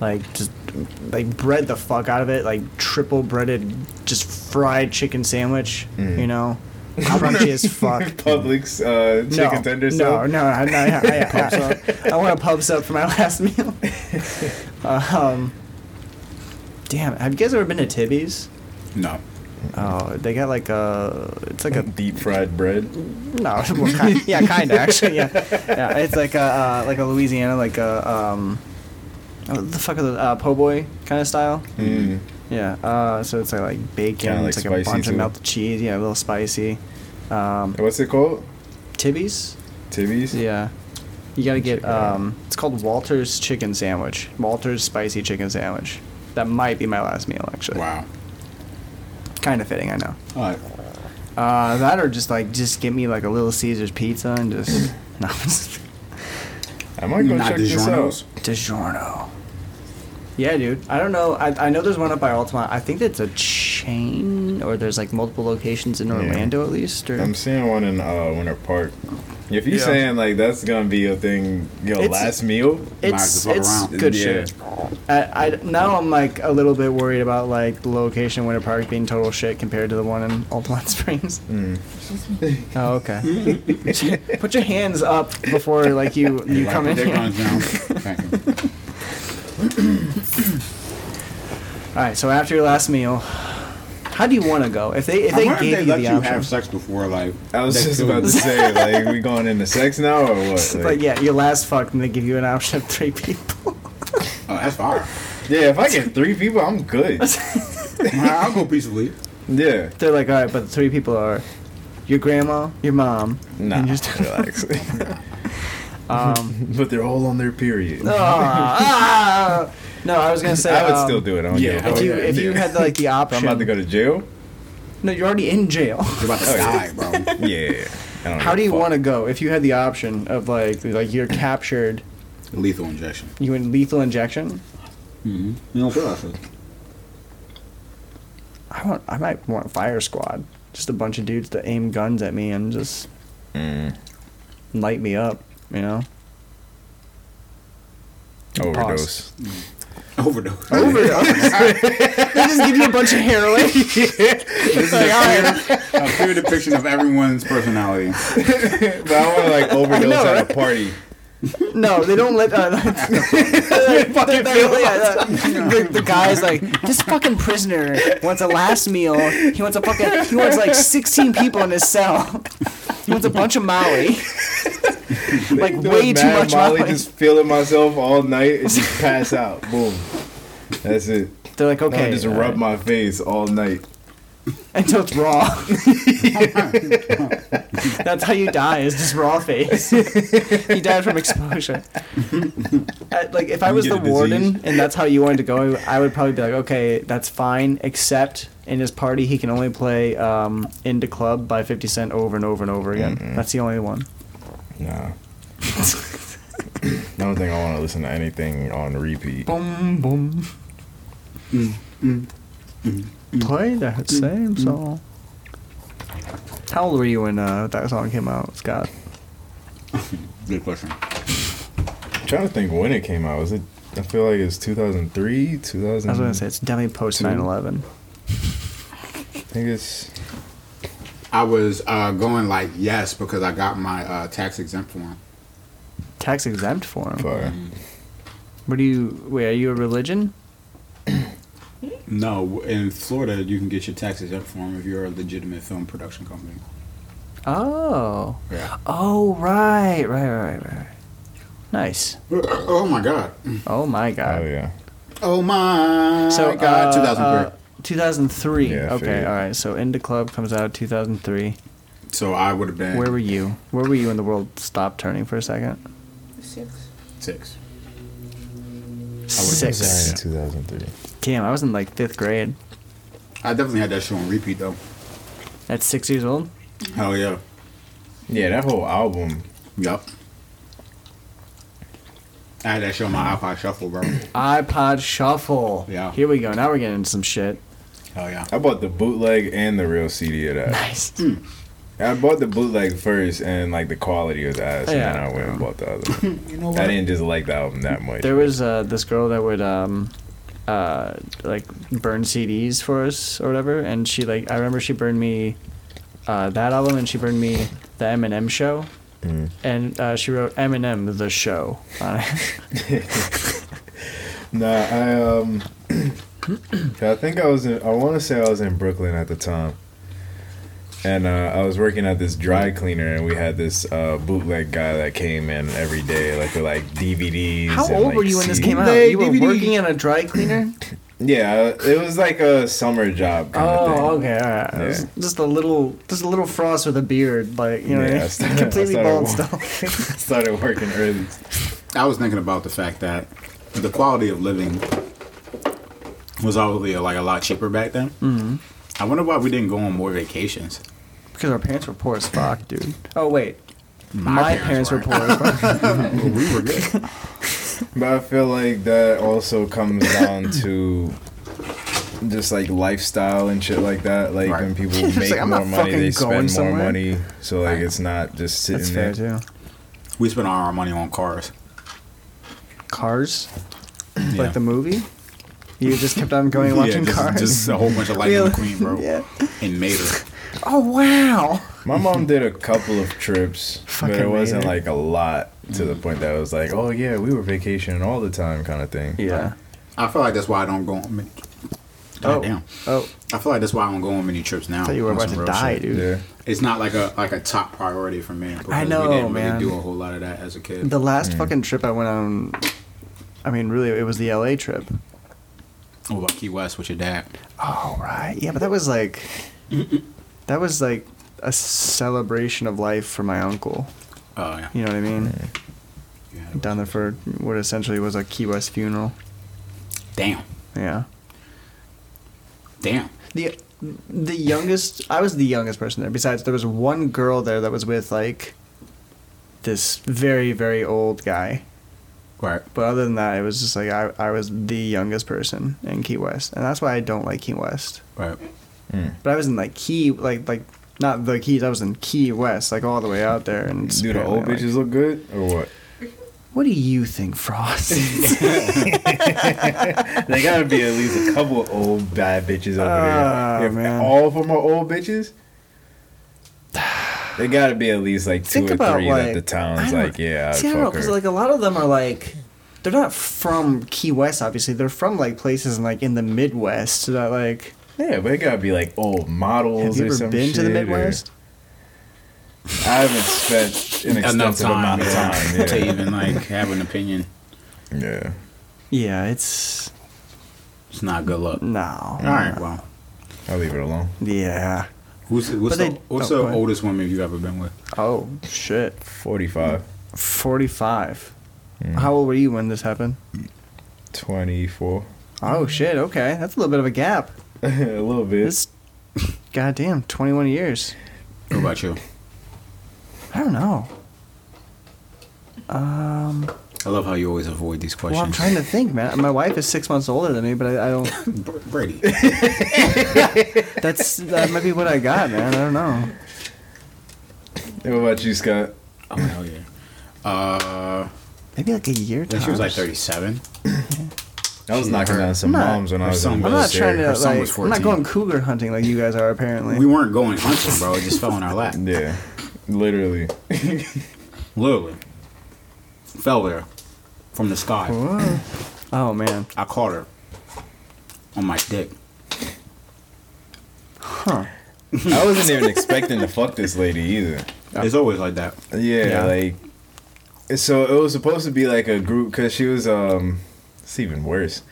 [SPEAKER 2] like just like bread the fuck out of it, like triple breaded, just fried chicken sandwich.
[SPEAKER 3] Mm.
[SPEAKER 2] You
[SPEAKER 3] [LAUGHS]
[SPEAKER 2] know, crunchy as fuck.
[SPEAKER 3] Publix uh, chicken
[SPEAKER 2] no,
[SPEAKER 3] tender
[SPEAKER 2] No,
[SPEAKER 3] sub.
[SPEAKER 2] no, I, no, I, I,
[SPEAKER 3] [LAUGHS]
[SPEAKER 2] I, I want a pub sub for my [LAUGHS] last meal. um, damn, have you guys ever been to Tibby's?
[SPEAKER 1] No.
[SPEAKER 2] Oh, they got like a, it's like a
[SPEAKER 3] Deep fried bread. [LAUGHS]
[SPEAKER 2] no, well, ki- yeah, kind of actually, yeah, yeah. It's like a uh, like a Louisiana, like a um, oh, the fuck are the uh, po' boy kind of style.
[SPEAKER 3] Mm.
[SPEAKER 2] Yeah, uh, so it's like, like bacon,
[SPEAKER 3] Kinda like
[SPEAKER 2] it's like a
[SPEAKER 3] spicy,
[SPEAKER 2] bunch of
[SPEAKER 3] too.
[SPEAKER 2] melted cheese, yeah, a little spicy. Um,
[SPEAKER 3] What's it called?
[SPEAKER 2] Tibby's,
[SPEAKER 3] Tibby's?
[SPEAKER 2] Yeah. You gotta get
[SPEAKER 3] Check it out.
[SPEAKER 2] um it's called Walter's chicken sandwich. Walter's spicy chicken sandwich. That might be my last meal actually.
[SPEAKER 1] Wow.
[SPEAKER 2] Kinda fitting, I know.
[SPEAKER 1] All right.
[SPEAKER 2] Uh that or just like just get me like a little Caesar's pizza and just [LAUGHS] no just-
[SPEAKER 3] I might go
[SPEAKER 1] Not
[SPEAKER 3] check this
[SPEAKER 1] DiGiorno's.
[SPEAKER 3] out.
[SPEAKER 2] DiGiorno. Yeah, dude. I don't know. I, I know there's one up by Altamont. I think that's a chain, or there's like multiple locations in
[SPEAKER 3] Yeah.
[SPEAKER 2] Orlando at least. Or [CLEARS THROAT]
[SPEAKER 3] I'm seeing one in uh, Winter Park. If you're
[SPEAKER 2] Yeah.
[SPEAKER 3] saying like that's gonna be your thing, your
[SPEAKER 2] It's-
[SPEAKER 3] last meal,
[SPEAKER 1] Might
[SPEAKER 2] it's
[SPEAKER 1] as well
[SPEAKER 2] it's
[SPEAKER 1] around.
[SPEAKER 2] good
[SPEAKER 3] Yeah.
[SPEAKER 2] shit. I, I now I'm like a little bit worried about like the location of Winter Park being total shit compared to the one in Altamont [LAUGHS] Springs.
[SPEAKER 1] Hmm.
[SPEAKER 2] Oh okay. [LAUGHS] Put your hands up before like you you
[SPEAKER 1] Like,
[SPEAKER 2] come in.
[SPEAKER 1] there
[SPEAKER 2] here.
[SPEAKER 1] goes John.
[SPEAKER 2] [LAUGHS]
[SPEAKER 1] Thank you.
[SPEAKER 2] All right. So after your last meal, how do you want to go? If they if
[SPEAKER 1] I
[SPEAKER 2] they
[SPEAKER 1] wonder if
[SPEAKER 2] gave
[SPEAKER 1] they
[SPEAKER 2] you
[SPEAKER 1] let
[SPEAKER 2] the
[SPEAKER 1] you
[SPEAKER 2] option,
[SPEAKER 1] have sex before, like
[SPEAKER 3] I was
[SPEAKER 1] that
[SPEAKER 3] just
[SPEAKER 1] killed
[SPEAKER 3] about to
[SPEAKER 1] you.
[SPEAKER 2] [LAUGHS]
[SPEAKER 3] say like we going into sex now or what?
[SPEAKER 2] it's like yeah, your last fuck, and they give you an option of three people. [LAUGHS]
[SPEAKER 1] Oh, that's fire.
[SPEAKER 3] yeah, if I get three people,
[SPEAKER 2] [LAUGHS]
[SPEAKER 3] I'm good.
[SPEAKER 1] I'll go peacefully.
[SPEAKER 3] Yeah,
[SPEAKER 2] They're like, all right, but the three people are your grandma, your mom,
[SPEAKER 3] nah,
[SPEAKER 2] and just [LAUGHS]
[SPEAKER 3] relax. [LAUGHS]
[SPEAKER 2] um. uh,
[SPEAKER 3] but they're all on their period.
[SPEAKER 2] Oh, ah, ah. No, I was gonna say
[SPEAKER 3] I would
[SPEAKER 2] um,
[SPEAKER 3] still do it. I don't
[SPEAKER 1] yeah,
[SPEAKER 3] give a
[SPEAKER 1] I
[SPEAKER 2] If
[SPEAKER 3] fuck.
[SPEAKER 2] you,
[SPEAKER 1] yeah,
[SPEAKER 2] if you
[SPEAKER 1] yeah.
[SPEAKER 2] had like the
[SPEAKER 3] [LAUGHS] I'm
[SPEAKER 2] option,
[SPEAKER 3] about to go to jail.
[SPEAKER 2] no, you're already in jail.
[SPEAKER 3] [LAUGHS]
[SPEAKER 1] You're about to
[SPEAKER 2] Oh,
[SPEAKER 1] die, bro. [LAUGHS]
[SPEAKER 3] Yeah. I don't
[SPEAKER 2] How do you want
[SPEAKER 3] to?
[SPEAKER 2] to go? If you had the option of like like you're captured,
[SPEAKER 1] Lethal injection.
[SPEAKER 2] you in lethal injection.
[SPEAKER 1] Mm-hmm. You don't feel that
[SPEAKER 2] I want. I might want fire squad. Just a bunch of dudes that aim guns at me and just
[SPEAKER 3] Mm.
[SPEAKER 2] light me up. You know,
[SPEAKER 3] [LAUGHS] Overdose.
[SPEAKER 1] Overdose.
[SPEAKER 2] they just give you a bunch of
[SPEAKER 3] [LAUGHS]
[SPEAKER 2] heroin.
[SPEAKER 1] This is
[SPEAKER 2] [LAUGHS]
[SPEAKER 1] a clear, a clear depiction of everyone's personality.
[SPEAKER 3] but I want
[SPEAKER 2] [LAUGHS]
[SPEAKER 3] to like overdose
[SPEAKER 2] know,
[SPEAKER 3] at
[SPEAKER 2] right?
[SPEAKER 3] a party.
[SPEAKER 2] No, they don't let.
[SPEAKER 3] [LAUGHS]
[SPEAKER 2] Uh, [LAUGHS] fucking
[SPEAKER 3] [LAUGHS]
[SPEAKER 2] the, the guy's like this fucking prisoner wants a last meal. He wants a fucking. He wants like sixteen people in his cell. He wants a bunch of
[SPEAKER 3] [LAUGHS]
[SPEAKER 2] Molly. like
[SPEAKER 3] Doing
[SPEAKER 2] way too
[SPEAKER 3] mad
[SPEAKER 2] much
[SPEAKER 3] Molly,
[SPEAKER 2] Molly.
[SPEAKER 3] just feeling myself all night and just
[SPEAKER 2] [LAUGHS]
[SPEAKER 3] pass out. Boom. That's it.
[SPEAKER 2] They're like
[SPEAKER 3] Okay,
[SPEAKER 2] okay,
[SPEAKER 3] I just
[SPEAKER 2] all
[SPEAKER 3] rub
[SPEAKER 2] right.
[SPEAKER 3] my face all night.
[SPEAKER 2] [LAUGHS] until it's raw. That's how you die. Is just raw face. you died from exposure. I- like if I
[SPEAKER 3] You
[SPEAKER 2] was
[SPEAKER 3] get
[SPEAKER 2] the
[SPEAKER 3] a disease.
[SPEAKER 2] warden and that's how you wanted to go, I would probably be like, okay, that's fine. Except in his party, he can only play um, "Into Club" by Fifty Cent over and over and over again.
[SPEAKER 3] Mm-hmm.
[SPEAKER 2] That's the only one.
[SPEAKER 3] Nah. [LAUGHS] I don't think I want to listen to anything on repeat.
[SPEAKER 2] Boom boom. Mm-hmm. Play that same song. How old were you when uh, that song came out, Scott?
[SPEAKER 1] Good question.
[SPEAKER 3] I'm trying to think when it came out. Was it? I feel like it's 2003, 2000.
[SPEAKER 2] I was gonna
[SPEAKER 1] Mm-hmm.
[SPEAKER 2] say it's definitely post
[SPEAKER 3] Two.
[SPEAKER 2] 9/11.
[SPEAKER 3] I think it's.
[SPEAKER 1] I was uh, going like yes because I got my uh, tax exempt form.
[SPEAKER 2] Tax exempt form.
[SPEAKER 3] Fire.
[SPEAKER 2] What do you? Wait, are you a religion?
[SPEAKER 1] No, in Florida you can get your tax exempt form if you're a legitimate film production company.
[SPEAKER 2] Oh.
[SPEAKER 1] Yeah.
[SPEAKER 2] Oh right, right, right, right, right. Nice.
[SPEAKER 1] Oh my god. [LAUGHS]
[SPEAKER 2] Oh my god.
[SPEAKER 3] Oh yeah.
[SPEAKER 1] Oh my
[SPEAKER 2] So
[SPEAKER 1] god.
[SPEAKER 2] uh,
[SPEAKER 1] 2003.
[SPEAKER 2] uh, 2003.
[SPEAKER 3] Yeah, I
[SPEAKER 2] okay,
[SPEAKER 3] figured.
[SPEAKER 2] all right. So Into Club comes out 2003.
[SPEAKER 1] so I would have been
[SPEAKER 2] Where were you? Where were you when the world stopped turning for a second?
[SPEAKER 4] Six.
[SPEAKER 1] six.
[SPEAKER 2] Six.
[SPEAKER 3] Two thousand three.
[SPEAKER 2] Damn, I was in like fifth grade
[SPEAKER 1] I definitely had that show on repeat though.
[SPEAKER 2] at six years old.
[SPEAKER 1] Hell yeah.
[SPEAKER 3] Yeah, that whole album.
[SPEAKER 1] Yup. I had that show on my iPod Shuffle, bro.
[SPEAKER 2] iPod Shuffle.
[SPEAKER 1] Yeah.
[SPEAKER 2] Here we go. Now we're getting into some shit. [LAUGHS]
[SPEAKER 1] Hell yeah.
[SPEAKER 3] I bought the bootleg and the real CD of that.
[SPEAKER 2] Nice.
[SPEAKER 3] I bought the bootleg first, and like the quality was ass,
[SPEAKER 2] Yeah.
[SPEAKER 3] and then I went and bought the other. one.
[SPEAKER 1] You know
[SPEAKER 3] I didn't just like the album that much.
[SPEAKER 2] There was uh, this girl that would um, uh, like burn CDs for us or whatever, and she like I remember she burned me uh, that album, and she burned me the Eminem show,
[SPEAKER 3] Mm.
[SPEAKER 2] and uh, she wrote Eminem the show on it.
[SPEAKER 3] Nah, I um, [CLEARS THROAT] I think I was in. I want to say I was in Brooklyn at the time, and uh, I was working at this dry cleaner, and we had this uh, bootleg guy that came in every day, like with like DVDs.
[SPEAKER 2] How
[SPEAKER 3] and,
[SPEAKER 2] old
[SPEAKER 3] like,
[SPEAKER 2] were you when this
[SPEAKER 3] CDs.
[SPEAKER 2] came out?
[SPEAKER 1] Hey,
[SPEAKER 2] you were
[SPEAKER 1] DVD.
[SPEAKER 2] working in a dry
[SPEAKER 3] [LAUGHS]
[SPEAKER 2] cleaner.
[SPEAKER 3] Yeah, it was like a summer job. Kind of thing.
[SPEAKER 2] Oh, okay, all right.
[SPEAKER 3] Yeah.
[SPEAKER 2] Just- Just a little, just a little frost with a beard, like you know,
[SPEAKER 3] Yeah,
[SPEAKER 2] what I
[SPEAKER 3] I
[SPEAKER 2] [LAUGHS] mean?
[SPEAKER 3] started- I
[SPEAKER 2] completely
[SPEAKER 3] started
[SPEAKER 2] bald
[SPEAKER 3] wa-
[SPEAKER 2] still. [LAUGHS]
[SPEAKER 3] [LAUGHS] Started working early.
[SPEAKER 1] I was thinking about the fact that the quality of living was obviously like a lot cheaper back then. Mm-hmm. I wonder why we didn't go on more vacations.
[SPEAKER 2] Because our parents were poor as fuck, dude. Oh wait, my,
[SPEAKER 1] parents
[SPEAKER 2] parents, were poor as
[SPEAKER 3] [LAUGHS]
[SPEAKER 2] fuck. Oh,
[SPEAKER 1] we were good.
[SPEAKER 3] But I feel like that also comes
[SPEAKER 2] [COUGHS]
[SPEAKER 3] down to just like lifestyle and shit like that. Like
[SPEAKER 1] Right.
[SPEAKER 2] [LAUGHS]
[SPEAKER 3] when people
[SPEAKER 2] It's
[SPEAKER 3] make
[SPEAKER 2] like, I'm
[SPEAKER 3] more
[SPEAKER 2] not
[SPEAKER 3] money,
[SPEAKER 2] fucking
[SPEAKER 3] they
[SPEAKER 2] going
[SPEAKER 3] spend more
[SPEAKER 2] somewhere.
[SPEAKER 3] money. So like it's not just sitting
[SPEAKER 2] That's
[SPEAKER 3] there.
[SPEAKER 2] fair too.
[SPEAKER 1] [LAUGHS] we spent all our money on cars.
[SPEAKER 2] Cars,
[SPEAKER 1] Yeah.
[SPEAKER 2] like the movie. You just kept
[SPEAKER 1] [LAUGHS]
[SPEAKER 2] on going and watching
[SPEAKER 1] just,
[SPEAKER 2] Cars.
[SPEAKER 1] just a whole bunch of Lightning
[SPEAKER 2] Really?
[SPEAKER 1] McQueen, bro.
[SPEAKER 2] Yeah.
[SPEAKER 1] And Mater.
[SPEAKER 2] [LAUGHS] Oh wow!
[SPEAKER 3] My mom
[SPEAKER 2] [LAUGHS]
[SPEAKER 3] did a couple of trips, but
[SPEAKER 2] Fucking Mm.
[SPEAKER 3] it wasn't
[SPEAKER 2] made it.
[SPEAKER 3] like a lot to the point that it was like, oh yeah, we were vacationing all the time kind of thing.
[SPEAKER 2] Yeah.
[SPEAKER 1] I feel like that's why I don't go on many.
[SPEAKER 2] Oh.
[SPEAKER 1] Goddamn.
[SPEAKER 2] Oh,
[SPEAKER 1] I feel like that's why I don't go on many trips now.
[SPEAKER 2] I thought you were
[SPEAKER 1] on
[SPEAKER 2] about
[SPEAKER 1] some
[SPEAKER 2] to
[SPEAKER 1] real
[SPEAKER 2] die,
[SPEAKER 1] shit.
[SPEAKER 2] dude.
[SPEAKER 3] Yeah.
[SPEAKER 1] It's not like a like a top priority for me. because
[SPEAKER 2] know,
[SPEAKER 1] we didn't
[SPEAKER 2] man.
[SPEAKER 1] Really do a whole lot of that as a kid.
[SPEAKER 2] The last fucking trip I went on. I mean, really, it was the LA trip.
[SPEAKER 1] What about Key West with your dad?
[SPEAKER 2] Oh right, yeah, but that was like, that was like a celebration of life for my uncle.
[SPEAKER 1] Oh yeah.
[SPEAKER 2] You know what I mean?
[SPEAKER 1] yeah.
[SPEAKER 2] Down there for what essentially was a Key West funeral.
[SPEAKER 1] Damn.
[SPEAKER 2] Yeah.
[SPEAKER 1] Damn.
[SPEAKER 2] the the youngest I was the youngest person there. Besides, there was one girl there that was with like this very very old guy.
[SPEAKER 1] Right.
[SPEAKER 2] But other than that, it was just like I I was the youngest person in Key West, and that's why I don't like Key West.
[SPEAKER 1] Right.
[SPEAKER 3] Mm.
[SPEAKER 2] But I was in like Key like like not the Keys. I was in Key West, like all the way out there. And it's
[SPEAKER 3] Do the old
[SPEAKER 2] apparently, like-
[SPEAKER 3] bitches look good or what?
[SPEAKER 2] What do you think,
[SPEAKER 3] [LAUGHS]
[SPEAKER 2] Frost?
[SPEAKER 3] They gotta be at least a couple of old bad bitches over
[SPEAKER 2] Ah,
[SPEAKER 3] there. If
[SPEAKER 2] man.
[SPEAKER 3] all of them are old bitches, they gotta be at least like two
[SPEAKER 2] Think
[SPEAKER 3] or
[SPEAKER 2] about
[SPEAKER 3] three
[SPEAKER 2] like
[SPEAKER 3] that the
[SPEAKER 2] I
[SPEAKER 3] town's
[SPEAKER 2] don't-
[SPEAKER 3] like, yeah, I'd
[SPEAKER 2] See, I don't know
[SPEAKER 3] fuck
[SPEAKER 2] because
[SPEAKER 3] her.
[SPEAKER 2] like a lot of them are like they're not from Key West. Obviously, they're from like places in, like in the Midwest. So that like
[SPEAKER 3] yeah, but it gotta be like old models
[SPEAKER 2] have you
[SPEAKER 3] or
[SPEAKER 2] ever
[SPEAKER 3] some
[SPEAKER 2] been
[SPEAKER 3] shit.
[SPEAKER 2] to the
[SPEAKER 3] or-
[SPEAKER 2] Midwest?
[SPEAKER 3] I haven't spent an
[SPEAKER 1] Enough
[SPEAKER 3] extensive
[SPEAKER 1] time,
[SPEAKER 3] amount of
[SPEAKER 1] yeah, [LAUGHS]
[SPEAKER 3] time. Yeah.
[SPEAKER 1] to even like have an opinion.
[SPEAKER 3] yeah.
[SPEAKER 2] Yeah, it's
[SPEAKER 1] It's not good luck.
[SPEAKER 2] no.
[SPEAKER 1] All right. Well,
[SPEAKER 3] I'll leave it alone.
[SPEAKER 2] Yeah.
[SPEAKER 1] who's what's
[SPEAKER 2] But
[SPEAKER 1] the,
[SPEAKER 2] they-
[SPEAKER 1] what's
[SPEAKER 2] oh, go
[SPEAKER 1] the
[SPEAKER 2] ahead.
[SPEAKER 1] oldest woman you have ever been with?
[SPEAKER 2] Oh shit.
[SPEAKER 3] 45,
[SPEAKER 2] Forty-five.
[SPEAKER 1] Mm.
[SPEAKER 2] How old were you when this happened?
[SPEAKER 3] 24.
[SPEAKER 2] Oh shit. Okay, that's a little bit of a gap.
[SPEAKER 3] [LAUGHS] a little bit.
[SPEAKER 2] It's [LAUGHS] goddamn twenty-one years.
[SPEAKER 1] What about you?
[SPEAKER 2] I don't know. Um.
[SPEAKER 1] I love how you always avoid these questions.
[SPEAKER 2] Well, I'm trying to think, man. My wife is six months older than me, but I, I don't.
[SPEAKER 1] Br-
[SPEAKER 2] [LAUGHS]
[SPEAKER 1] Brady.
[SPEAKER 2] That's that might be what I got, man. I don't know.
[SPEAKER 3] What about you, Scott?
[SPEAKER 1] oh hell yeah. Uh,
[SPEAKER 2] Maybe like a year.
[SPEAKER 1] I think she was like
[SPEAKER 2] tops.
[SPEAKER 1] 37.
[SPEAKER 3] I was
[SPEAKER 1] Shit,
[SPEAKER 3] knocking
[SPEAKER 1] her-
[SPEAKER 3] down some
[SPEAKER 2] I'm not-
[SPEAKER 3] moms when I
[SPEAKER 1] her
[SPEAKER 3] was
[SPEAKER 1] son
[SPEAKER 3] in the
[SPEAKER 2] I'm not trying
[SPEAKER 3] military.
[SPEAKER 2] to
[SPEAKER 1] Her son was
[SPEAKER 2] like. I'm not
[SPEAKER 1] 14.
[SPEAKER 2] going cougar hunting like you guys are apparently.
[SPEAKER 1] We weren't going hunting, bro. It just fell on our lap.
[SPEAKER 3] Yeah, literally.
[SPEAKER 1] Literally. Fell there from the sky.
[SPEAKER 2] Whoa. Oh man.
[SPEAKER 1] I caught her on my dick.
[SPEAKER 2] Huh.
[SPEAKER 3] I wasn't even expecting to fuck this lady either.
[SPEAKER 1] It's always like that.
[SPEAKER 3] Yeah,
[SPEAKER 2] Yeah.
[SPEAKER 3] like so it was supposed to be like a group because she was um it's even worse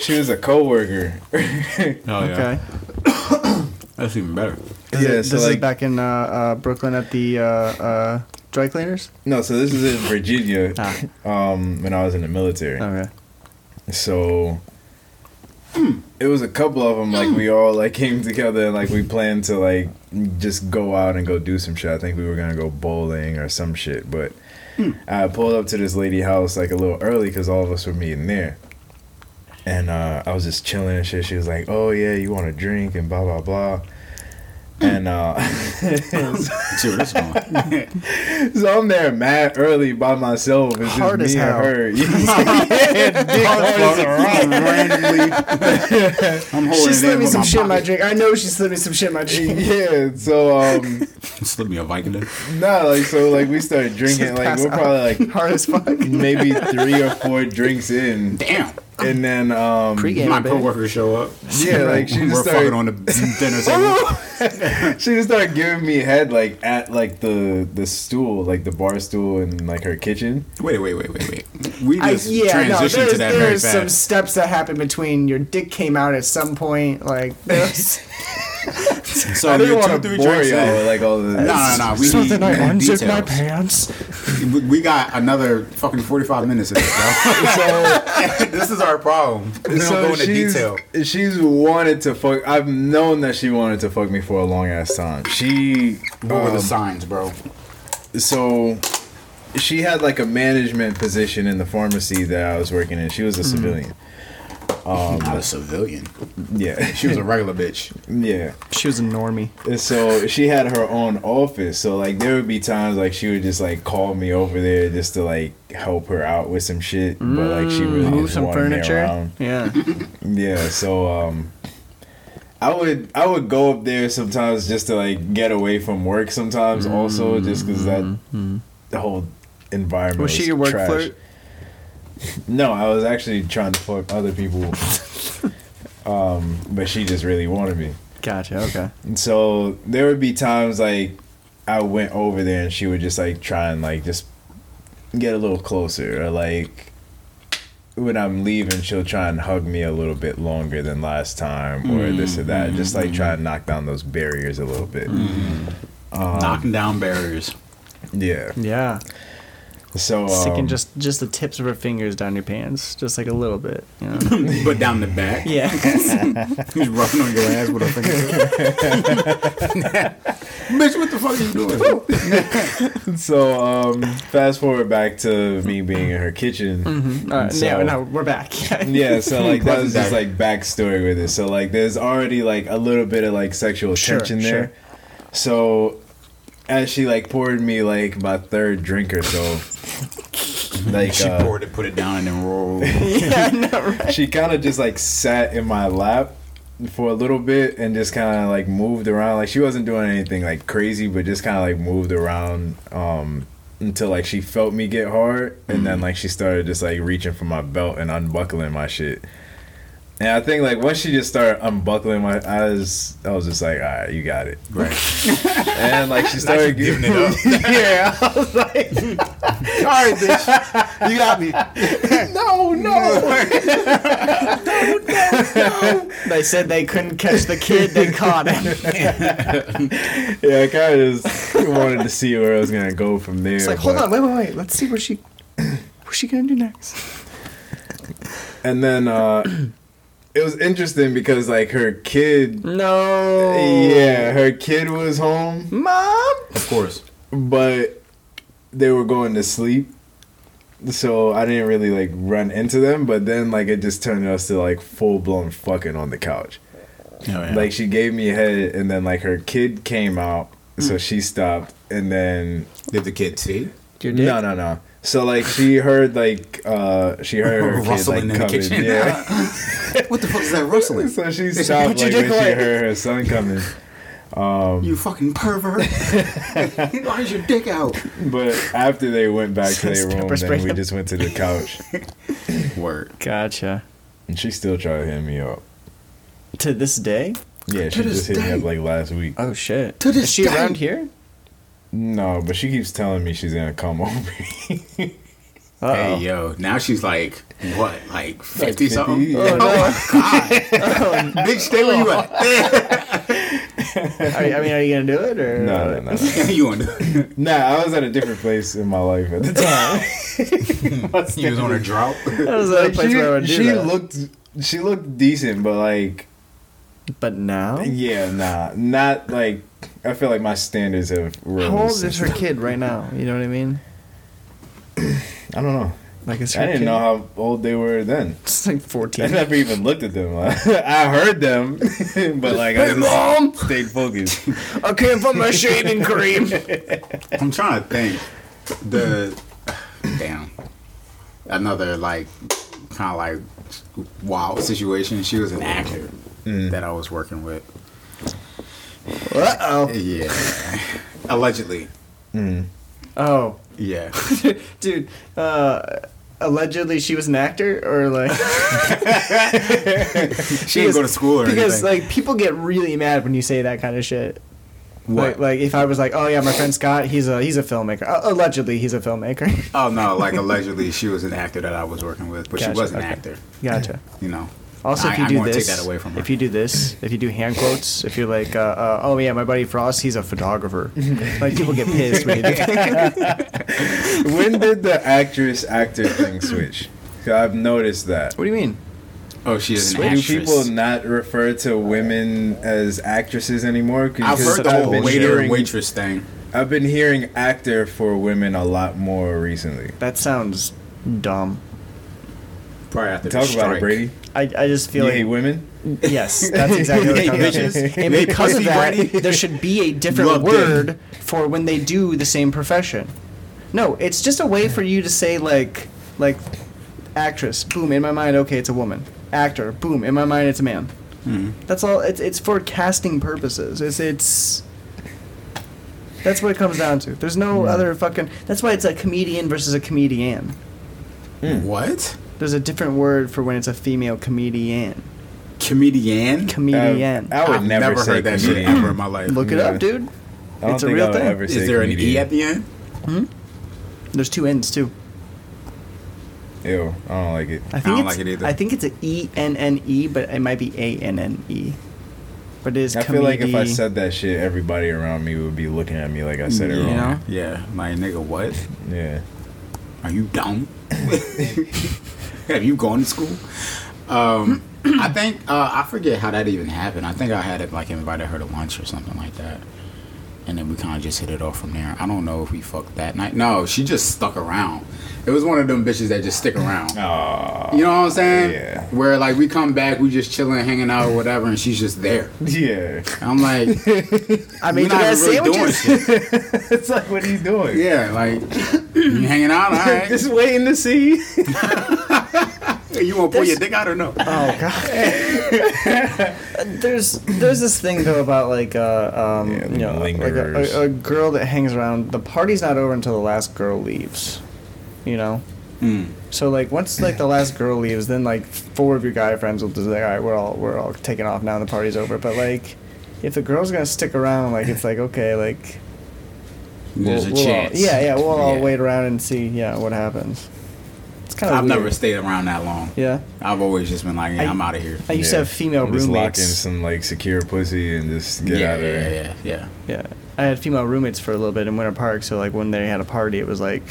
[SPEAKER 3] she was a coworker [LAUGHS]
[SPEAKER 1] Oh yeah,
[SPEAKER 2] Okay.
[SPEAKER 1] that's even better.
[SPEAKER 2] This
[SPEAKER 3] yeah
[SPEAKER 2] is-
[SPEAKER 3] so
[SPEAKER 2] this
[SPEAKER 3] like
[SPEAKER 2] is back in uh, uh, Brooklyn at the uh, uh, dry cleaners.
[SPEAKER 3] no so this is in virginia
[SPEAKER 2] [LAUGHS] Ah.
[SPEAKER 3] um when i was in the military
[SPEAKER 2] Okay.
[SPEAKER 3] so it was a couple of them like we all like came together and like we planned to like just go out and go do some shit i think we were gonna go bowling or some shit but i pulled up to this lady house like a little early because all of us were meeting there and uh, i was just chilling and shit she was like oh yeah you want a drink and blah blah blah and uh [LAUGHS]
[SPEAKER 1] Let's see where this is
[SPEAKER 2] [LAUGHS]
[SPEAKER 1] going.
[SPEAKER 3] So I'm there mad early by myself. It's
[SPEAKER 2] Hard
[SPEAKER 3] just
[SPEAKER 2] as
[SPEAKER 3] me and
[SPEAKER 2] hell.
[SPEAKER 3] her. [LAUGHS] yeah, dick hard as a rock.
[SPEAKER 1] I'm holding
[SPEAKER 2] She
[SPEAKER 1] it in
[SPEAKER 2] slid me
[SPEAKER 1] with
[SPEAKER 2] some
[SPEAKER 1] my
[SPEAKER 2] shit in my
[SPEAKER 1] pocket.
[SPEAKER 2] drink. I know she slid me some shit in [LAUGHS] my drink.
[SPEAKER 3] Yeah, so um,
[SPEAKER 1] Slip me a Vicodin.
[SPEAKER 3] nah, like so, like
[SPEAKER 2] [LAUGHS]
[SPEAKER 3] we started drinking. Like
[SPEAKER 2] Pass
[SPEAKER 3] we're
[SPEAKER 2] out.
[SPEAKER 3] probably like
[SPEAKER 2] [LAUGHS] hard as fuck. [LAUGHS]
[SPEAKER 3] maybe three or four drinks in,
[SPEAKER 1] Damn.
[SPEAKER 3] and then um,
[SPEAKER 2] Pre-game.
[SPEAKER 1] my
[SPEAKER 2] babe.
[SPEAKER 1] coworkers show up.
[SPEAKER 3] yeah, like
[SPEAKER 1] [LAUGHS]
[SPEAKER 3] she
[SPEAKER 1] We're
[SPEAKER 3] just
[SPEAKER 1] fucking
[SPEAKER 3] started
[SPEAKER 1] on the dinner table.
[SPEAKER 3] [LAUGHS] [LAUGHS] she just started giving me head like at like the the stool, like the bar stool, in like her kitchen.
[SPEAKER 1] Wait, wait, wait, wait, wait. We
[SPEAKER 2] I,
[SPEAKER 1] just
[SPEAKER 2] yeah, no,
[SPEAKER 1] transitioned
[SPEAKER 2] there's,
[SPEAKER 1] to that very
[SPEAKER 2] there's some
[SPEAKER 1] fast.
[SPEAKER 2] steps that happen between your dick came out at some point. [LAUGHS] Like, there's
[SPEAKER 1] so
[SPEAKER 3] I didn't
[SPEAKER 1] you're two,
[SPEAKER 3] want to
[SPEAKER 1] three
[SPEAKER 3] bore
[SPEAKER 1] drinks
[SPEAKER 3] y'all
[SPEAKER 1] in.
[SPEAKER 3] with, like all the
[SPEAKER 1] [LAUGHS] Nah, nah, we need details.
[SPEAKER 2] pants.
[SPEAKER 1] We- We got another fucking 45 minutes of this, bro. [LAUGHS]
[SPEAKER 3] So [LAUGHS]
[SPEAKER 1] this is our problem. We don't go into
[SPEAKER 3] she's,
[SPEAKER 1] detail.
[SPEAKER 3] She's wanted to fuck. I've known that she wanted to fuck me for a long ass time. She
[SPEAKER 1] What were the
[SPEAKER 3] um,
[SPEAKER 1] signs, bro?
[SPEAKER 3] so she had like a management position in the pharmacy that I was working in. She was
[SPEAKER 2] Mm.
[SPEAKER 3] a civilian.
[SPEAKER 1] Not a civilian.
[SPEAKER 3] Yeah,
[SPEAKER 1] She was a regular bitch.
[SPEAKER 3] [LAUGHS] yeah.
[SPEAKER 2] She was a normie.
[SPEAKER 3] And so she had her own office. So like there would be times like she would just like call me over there just to like help her out with some shit, but like she really
[SPEAKER 2] Mm, Move
[SPEAKER 3] just
[SPEAKER 2] some
[SPEAKER 3] wanted me
[SPEAKER 2] furniture.
[SPEAKER 3] around.
[SPEAKER 2] Yeah.
[SPEAKER 3] Yeah, so um I would I would go up there sometimes just to like get away from work sometimes
[SPEAKER 2] Mm,
[SPEAKER 3] also just cuz that the whole environment
[SPEAKER 2] Was
[SPEAKER 3] was,
[SPEAKER 2] she your work
[SPEAKER 3] trash.
[SPEAKER 2] flirt?
[SPEAKER 3] No, I was actually trying to fuck other
[SPEAKER 2] [LAUGHS]
[SPEAKER 3] people. um but she just really wanted me.
[SPEAKER 2] [LAUGHS] Gotcha. Okay.
[SPEAKER 3] And so there would be times like I went over there and she would just like try and like just get a little closer or like when I'm leaving she'll try and hug me a little bit longer than last time or this or that. Just like try and knock down those barriers a little bit. um,
[SPEAKER 1] Knocking down barriers.
[SPEAKER 3] Yeah.
[SPEAKER 2] Yeah.
[SPEAKER 3] So
[SPEAKER 2] Sticking
[SPEAKER 3] um,
[SPEAKER 2] just just the tips of her fingers down your pants, just like a little bit. You know?
[SPEAKER 1] But down the back.
[SPEAKER 2] [LAUGHS]
[SPEAKER 1] [LAUGHS]
[SPEAKER 2] yeah.
[SPEAKER 1] He's rubbing on your ass with a finger. [LAUGHS] Bitch, what the fuck are you doing?
[SPEAKER 3] so um fast forward back to me being in her kitchen.
[SPEAKER 2] All right,
[SPEAKER 3] So-
[SPEAKER 2] no, no, we're back. [LAUGHS]
[SPEAKER 3] Yeah, so like that was just
[SPEAKER 1] Back.
[SPEAKER 3] like backstory with it. So like there's already like a little bit of like sexual
[SPEAKER 2] Sure,
[SPEAKER 3] tension there. So as she like poured me like my third drink or so,
[SPEAKER 2] [LAUGHS]
[SPEAKER 3] like
[SPEAKER 1] She
[SPEAKER 3] uh,
[SPEAKER 1] poured it, put it down, and then [LAUGHS] rolled.
[SPEAKER 2] yeah, I know, right?
[SPEAKER 3] she kind of just like sat in my lap for a little bit and just kind of like moved around. Like she wasn't doing anything like crazy, but just kind of like moved around um until like she felt me get hard and then like she started just like reaching for my belt and unbuckling my shit. And I think like once she just started unbuckling my I was I was just like, "All right, you got it."
[SPEAKER 1] Right.
[SPEAKER 3] [LAUGHS] And like she started giving [LAUGHS]
[SPEAKER 1] it up.
[SPEAKER 3] yeah. I was like, "All right, bitch.
[SPEAKER 1] You got me.
[SPEAKER 3] No, no."
[SPEAKER 2] They said they couldn't catch the kid,
[SPEAKER 3] [LAUGHS]
[SPEAKER 2] they caught [LAUGHS] him.
[SPEAKER 3] Yeah, I kind of just wanted to see where I was gonna go from there.
[SPEAKER 2] It's like, hold
[SPEAKER 3] but-
[SPEAKER 2] on, wait, wait, wait. Let's see what she, [CLEARS THROAT] what's she gonna do next?
[SPEAKER 3] And then uh, [CLEARS THROAT] it was interesting because like her kid,
[SPEAKER 2] No.
[SPEAKER 3] yeah, her kid was home,
[SPEAKER 2] Mom.
[SPEAKER 1] Of course.
[SPEAKER 3] but they were going to sleep. So I didn't really like run into them, but then like it just turned us to like full blown fucking on the couch. Like she gave me a head, and then like her kid came out,
[SPEAKER 2] Mm.
[SPEAKER 3] so she stopped, and then
[SPEAKER 1] did the kid see?
[SPEAKER 2] Your dick.
[SPEAKER 3] no, no, no. So like she heard like uh she
[SPEAKER 1] [LAUGHS]
[SPEAKER 3] heard her kid
[SPEAKER 1] Rustling
[SPEAKER 3] like
[SPEAKER 1] in the
[SPEAKER 3] coming,
[SPEAKER 1] kitchen.
[SPEAKER 3] yeah.
[SPEAKER 1] [LAUGHS]
[SPEAKER 3] [LAUGHS]
[SPEAKER 1] What the fuck is that rustling?
[SPEAKER 3] So she stopped
[SPEAKER 2] Put your
[SPEAKER 3] like
[SPEAKER 2] dick
[SPEAKER 3] when she
[SPEAKER 2] away.
[SPEAKER 3] heard her son coming.
[SPEAKER 1] You fucking pervert. Why is your dick out?
[SPEAKER 3] But after they went back to their
[SPEAKER 2] Pepper
[SPEAKER 3] room, then
[SPEAKER 2] spray
[SPEAKER 3] we
[SPEAKER 2] him.
[SPEAKER 3] just went to the couch.
[SPEAKER 1] Word.
[SPEAKER 2] Gotcha.
[SPEAKER 3] And she still tried to hit me up.
[SPEAKER 2] To this day.
[SPEAKER 3] Yeah, she
[SPEAKER 1] To this
[SPEAKER 3] just hit me
[SPEAKER 1] day.
[SPEAKER 3] up like last week.
[SPEAKER 2] Oh shit.
[SPEAKER 1] To this
[SPEAKER 2] Is she
[SPEAKER 1] day.
[SPEAKER 2] around here?
[SPEAKER 3] No, but she keeps telling me she's gonna come [LAUGHS] over.
[SPEAKER 1] Hey,
[SPEAKER 2] Uh-oh.
[SPEAKER 1] yo, now she's like, what, like 50 something?
[SPEAKER 3] 50?
[SPEAKER 1] [LAUGHS] Oh, my God. Bitch, stay where you at. [LAUGHS]
[SPEAKER 2] [LAUGHS] Are you- I mean, are you gonna do it or?
[SPEAKER 3] no, no, no, no.
[SPEAKER 1] you on the,
[SPEAKER 3] Nah, I was at a different place in my
[SPEAKER 2] [LAUGHS]
[SPEAKER 3] life at the time.
[SPEAKER 1] you was on a drought?
[SPEAKER 2] [LAUGHS] That was
[SPEAKER 3] Like,
[SPEAKER 2] a place
[SPEAKER 3] she
[SPEAKER 2] where I would do
[SPEAKER 3] she
[SPEAKER 2] that.
[SPEAKER 3] looked she looked decent, but like
[SPEAKER 2] but now,
[SPEAKER 3] yeah, nah, not like I feel like my standards have rose.
[SPEAKER 2] how old is her kid right now? You know what I mean?
[SPEAKER 3] I don't know.
[SPEAKER 2] Like it's her
[SPEAKER 3] I didn't
[SPEAKER 2] kid. [LAUGHS]
[SPEAKER 3] know how old they were then.
[SPEAKER 2] It's like
[SPEAKER 3] I [LAUGHS]
[SPEAKER 2] fourteen.
[SPEAKER 3] never even looked at them. I heard them, [LAUGHS] but like I
[SPEAKER 2] Hey,
[SPEAKER 3] just
[SPEAKER 2] Mom!
[SPEAKER 3] stayed focused.
[SPEAKER 2] I came for my shaving
[SPEAKER 3] [LAUGHS]
[SPEAKER 2] cream.
[SPEAKER 1] I'm trying to think. The damn another like kind of like wild situation. She was an actor that I was working with.
[SPEAKER 2] Uh oh.
[SPEAKER 1] Yeah, [LAUGHS] allegedly.
[SPEAKER 2] Oh,
[SPEAKER 1] Yeah,
[SPEAKER 2] dude. Uh, allegedly, she was an actor,
[SPEAKER 1] [LAUGHS]
[SPEAKER 2] or like
[SPEAKER 1] she didn't go to school or
[SPEAKER 2] because
[SPEAKER 1] anything.
[SPEAKER 2] like people get really mad when you say that kind of shit. Like,
[SPEAKER 1] what?
[SPEAKER 2] like if I was like, oh yeah, my friend Scott, he's a he's a filmmaker. Uh, allegedly, he's a filmmaker.
[SPEAKER 1] [LAUGHS]
[SPEAKER 2] [LAUGHS]
[SPEAKER 1] oh no! Like allegedly, she was an actor that I was working with, but
[SPEAKER 2] Gotcha,
[SPEAKER 1] she was an
[SPEAKER 2] okay.
[SPEAKER 1] actor.
[SPEAKER 2] gotcha.
[SPEAKER 1] You know.
[SPEAKER 2] Also,
[SPEAKER 1] I-
[SPEAKER 2] if you
[SPEAKER 1] I'm
[SPEAKER 2] do
[SPEAKER 1] gonna
[SPEAKER 2] this,
[SPEAKER 1] take that away from her.
[SPEAKER 2] if you do this, if you do hand quotes, if you're like, uh, uh, oh yeah, my buddy Frost, he's
[SPEAKER 1] [LAUGHS]
[SPEAKER 2] a photographer. like people get pissed when you do that.
[SPEAKER 3] when did the actress actor thing switch? 'Cause I've noticed that.
[SPEAKER 2] What do you mean?
[SPEAKER 1] Oh, she is an
[SPEAKER 3] Do
[SPEAKER 1] actress.
[SPEAKER 3] people not refer to women as actresses anymore?
[SPEAKER 1] I've
[SPEAKER 3] Because
[SPEAKER 1] heard the whole
[SPEAKER 3] been
[SPEAKER 1] waiter
[SPEAKER 3] hearing-
[SPEAKER 1] and waitress thing.
[SPEAKER 3] I've been hearing actor for women a lot more recently.
[SPEAKER 2] That sounds dumb.
[SPEAKER 1] Probably after the
[SPEAKER 3] Talk about it,
[SPEAKER 1] strike.
[SPEAKER 3] Brady.
[SPEAKER 2] I, I just feel
[SPEAKER 3] You
[SPEAKER 2] like
[SPEAKER 3] hate women?
[SPEAKER 2] Yes, that's exactly what
[SPEAKER 1] [LAUGHS] Yeah,
[SPEAKER 2] I'm talking
[SPEAKER 1] bitches.
[SPEAKER 2] about. And
[SPEAKER 1] They
[SPEAKER 2] because of
[SPEAKER 1] pussy
[SPEAKER 2] that,
[SPEAKER 1] [LAUGHS] ready.
[SPEAKER 2] there should be a different
[SPEAKER 1] Love
[SPEAKER 2] word for when they do the same profession. No, it's just a way for you to say like like actress. Boom, in my mind, okay, it's a woman. Actor. Boom, in my mind, it's a man. That's all. It's it's for casting purposes. It's it's. That's what it comes down to. There's no other fucking. That's why it's a comedian versus a comedian.
[SPEAKER 1] What?
[SPEAKER 2] There's a different word for when it's a female comedian.
[SPEAKER 1] Comedian?
[SPEAKER 2] Comedian.
[SPEAKER 3] I would
[SPEAKER 1] I've never,
[SPEAKER 3] never, say
[SPEAKER 1] heard that shit
[SPEAKER 3] comedian.
[SPEAKER 1] ever in my life.
[SPEAKER 2] Look it
[SPEAKER 3] Yeah.
[SPEAKER 2] up, dude.
[SPEAKER 3] I don't
[SPEAKER 2] It's a
[SPEAKER 3] think
[SPEAKER 2] real
[SPEAKER 3] I would
[SPEAKER 2] thing.
[SPEAKER 3] ever say
[SPEAKER 1] Is there an E
[SPEAKER 3] comedian.
[SPEAKER 1] at the end?
[SPEAKER 2] There's two N's too.
[SPEAKER 3] Ew, I don't like it.
[SPEAKER 2] I think
[SPEAKER 1] don't
[SPEAKER 2] it's,
[SPEAKER 1] like it either.
[SPEAKER 2] I think it's a E N N E, but it might be A N N E. But it is.
[SPEAKER 3] I feel like if I
[SPEAKER 2] comedi-
[SPEAKER 3] said that shit, everybody around me would be looking at me like I said it
[SPEAKER 2] You know?
[SPEAKER 3] wrong.
[SPEAKER 1] Yeah, my nigga, what?
[SPEAKER 3] Yeah.
[SPEAKER 1] Are you dumb? [LAUGHS] Have you gone to school? Um, I think uh, I forget how that even happened. I think I had it like invited her to lunch or something like that, and then we kind of just hit it off from there. I don't know if we fucked that night. No, she just stuck around. It was one of them bitches that just stick [LAUGHS] around.
[SPEAKER 3] Aw. [LAUGHS]
[SPEAKER 1] You know what I'm saying?
[SPEAKER 3] Yeah.
[SPEAKER 1] Where like we come back, we just chilling, hanging out or whatever, and she's just there.
[SPEAKER 3] Yeah.
[SPEAKER 1] I'm like,
[SPEAKER 2] I
[SPEAKER 1] we're
[SPEAKER 2] made the
[SPEAKER 1] not
[SPEAKER 2] best
[SPEAKER 1] really doing
[SPEAKER 2] [LAUGHS] sandwiches.
[SPEAKER 1] shit. [LAUGHS]
[SPEAKER 3] it's like, what are you doing?
[SPEAKER 1] Yeah, like you hanging out, all right.
[SPEAKER 3] Just waiting to see.
[SPEAKER 1] you want to pull
[SPEAKER 2] There's-
[SPEAKER 1] your dick out or no?
[SPEAKER 2] Oh god. there's there's this thing though about like uh, um
[SPEAKER 3] Yeah,
[SPEAKER 2] you know like a,
[SPEAKER 3] lingerers.
[SPEAKER 2] a, a girl that hangs around. The party's not over until the last girl leaves. You know.
[SPEAKER 1] Hmm,
[SPEAKER 2] So like once like the last girl leaves, then like four of your guy friends will just like, all right, we're all we're all taking off now, and the party's over. But like, if the girl's gonna stick around, like it's like okay, like
[SPEAKER 1] There's a
[SPEAKER 2] we'll all-
[SPEAKER 1] chance.
[SPEAKER 2] yeah, yeah, we'll all
[SPEAKER 1] Yeah.
[SPEAKER 2] wait around and see, yeah, what happens. It's kind of
[SPEAKER 1] I've never stayed around that long.
[SPEAKER 2] Yeah,
[SPEAKER 1] I've always just been like, yeah,
[SPEAKER 2] I-
[SPEAKER 1] I'm out of here.
[SPEAKER 2] I used to have female
[SPEAKER 3] Just lock in
[SPEAKER 2] roommates.
[SPEAKER 3] some like secure pussy and just get
[SPEAKER 1] yeah,
[SPEAKER 3] out of
[SPEAKER 1] yeah,
[SPEAKER 3] there.
[SPEAKER 1] yeah, yeah.
[SPEAKER 2] Yeah, I had female roommates for a little bit in Winter Park. So like when they had a party, it was like,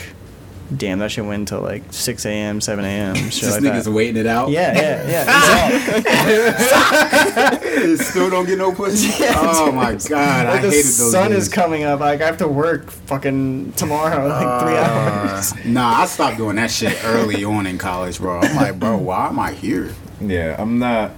[SPEAKER 2] damn, that shit went till like six a.m.,
[SPEAKER 1] [LAUGHS]
[SPEAKER 2] seven a.m. shit
[SPEAKER 1] This
[SPEAKER 2] like
[SPEAKER 1] nigga's
[SPEAKER 2] that.
[SPEAKER 1] waiting it out. [LAUGHS]
[SPEAKER 2] Yeah, yeah, yeah.
[SPEAKER 1] Still don't get no
[SPEAKER 2] [LAUGHS]
[SPEAKER 1] pussy. oh my god, I
[SPEAKER 2] Like the
[SPEAKER 1] hated those.
[SPEAKER 2] sun is
[SPEAKER 1] days.
[SPEAKER 2] coming up. Like I have to work fucking tomorrow, [LAUGHS] like
[SPEAKER 1] Uh.
[SPEAKER 2] three hours. [LAUGHS]
[SPEAKER 1] Nah, I stopped doing that shit early on in college, bro. I'm like, bro, why am I here?
[SPEAKER 3] Yeah, I'm not.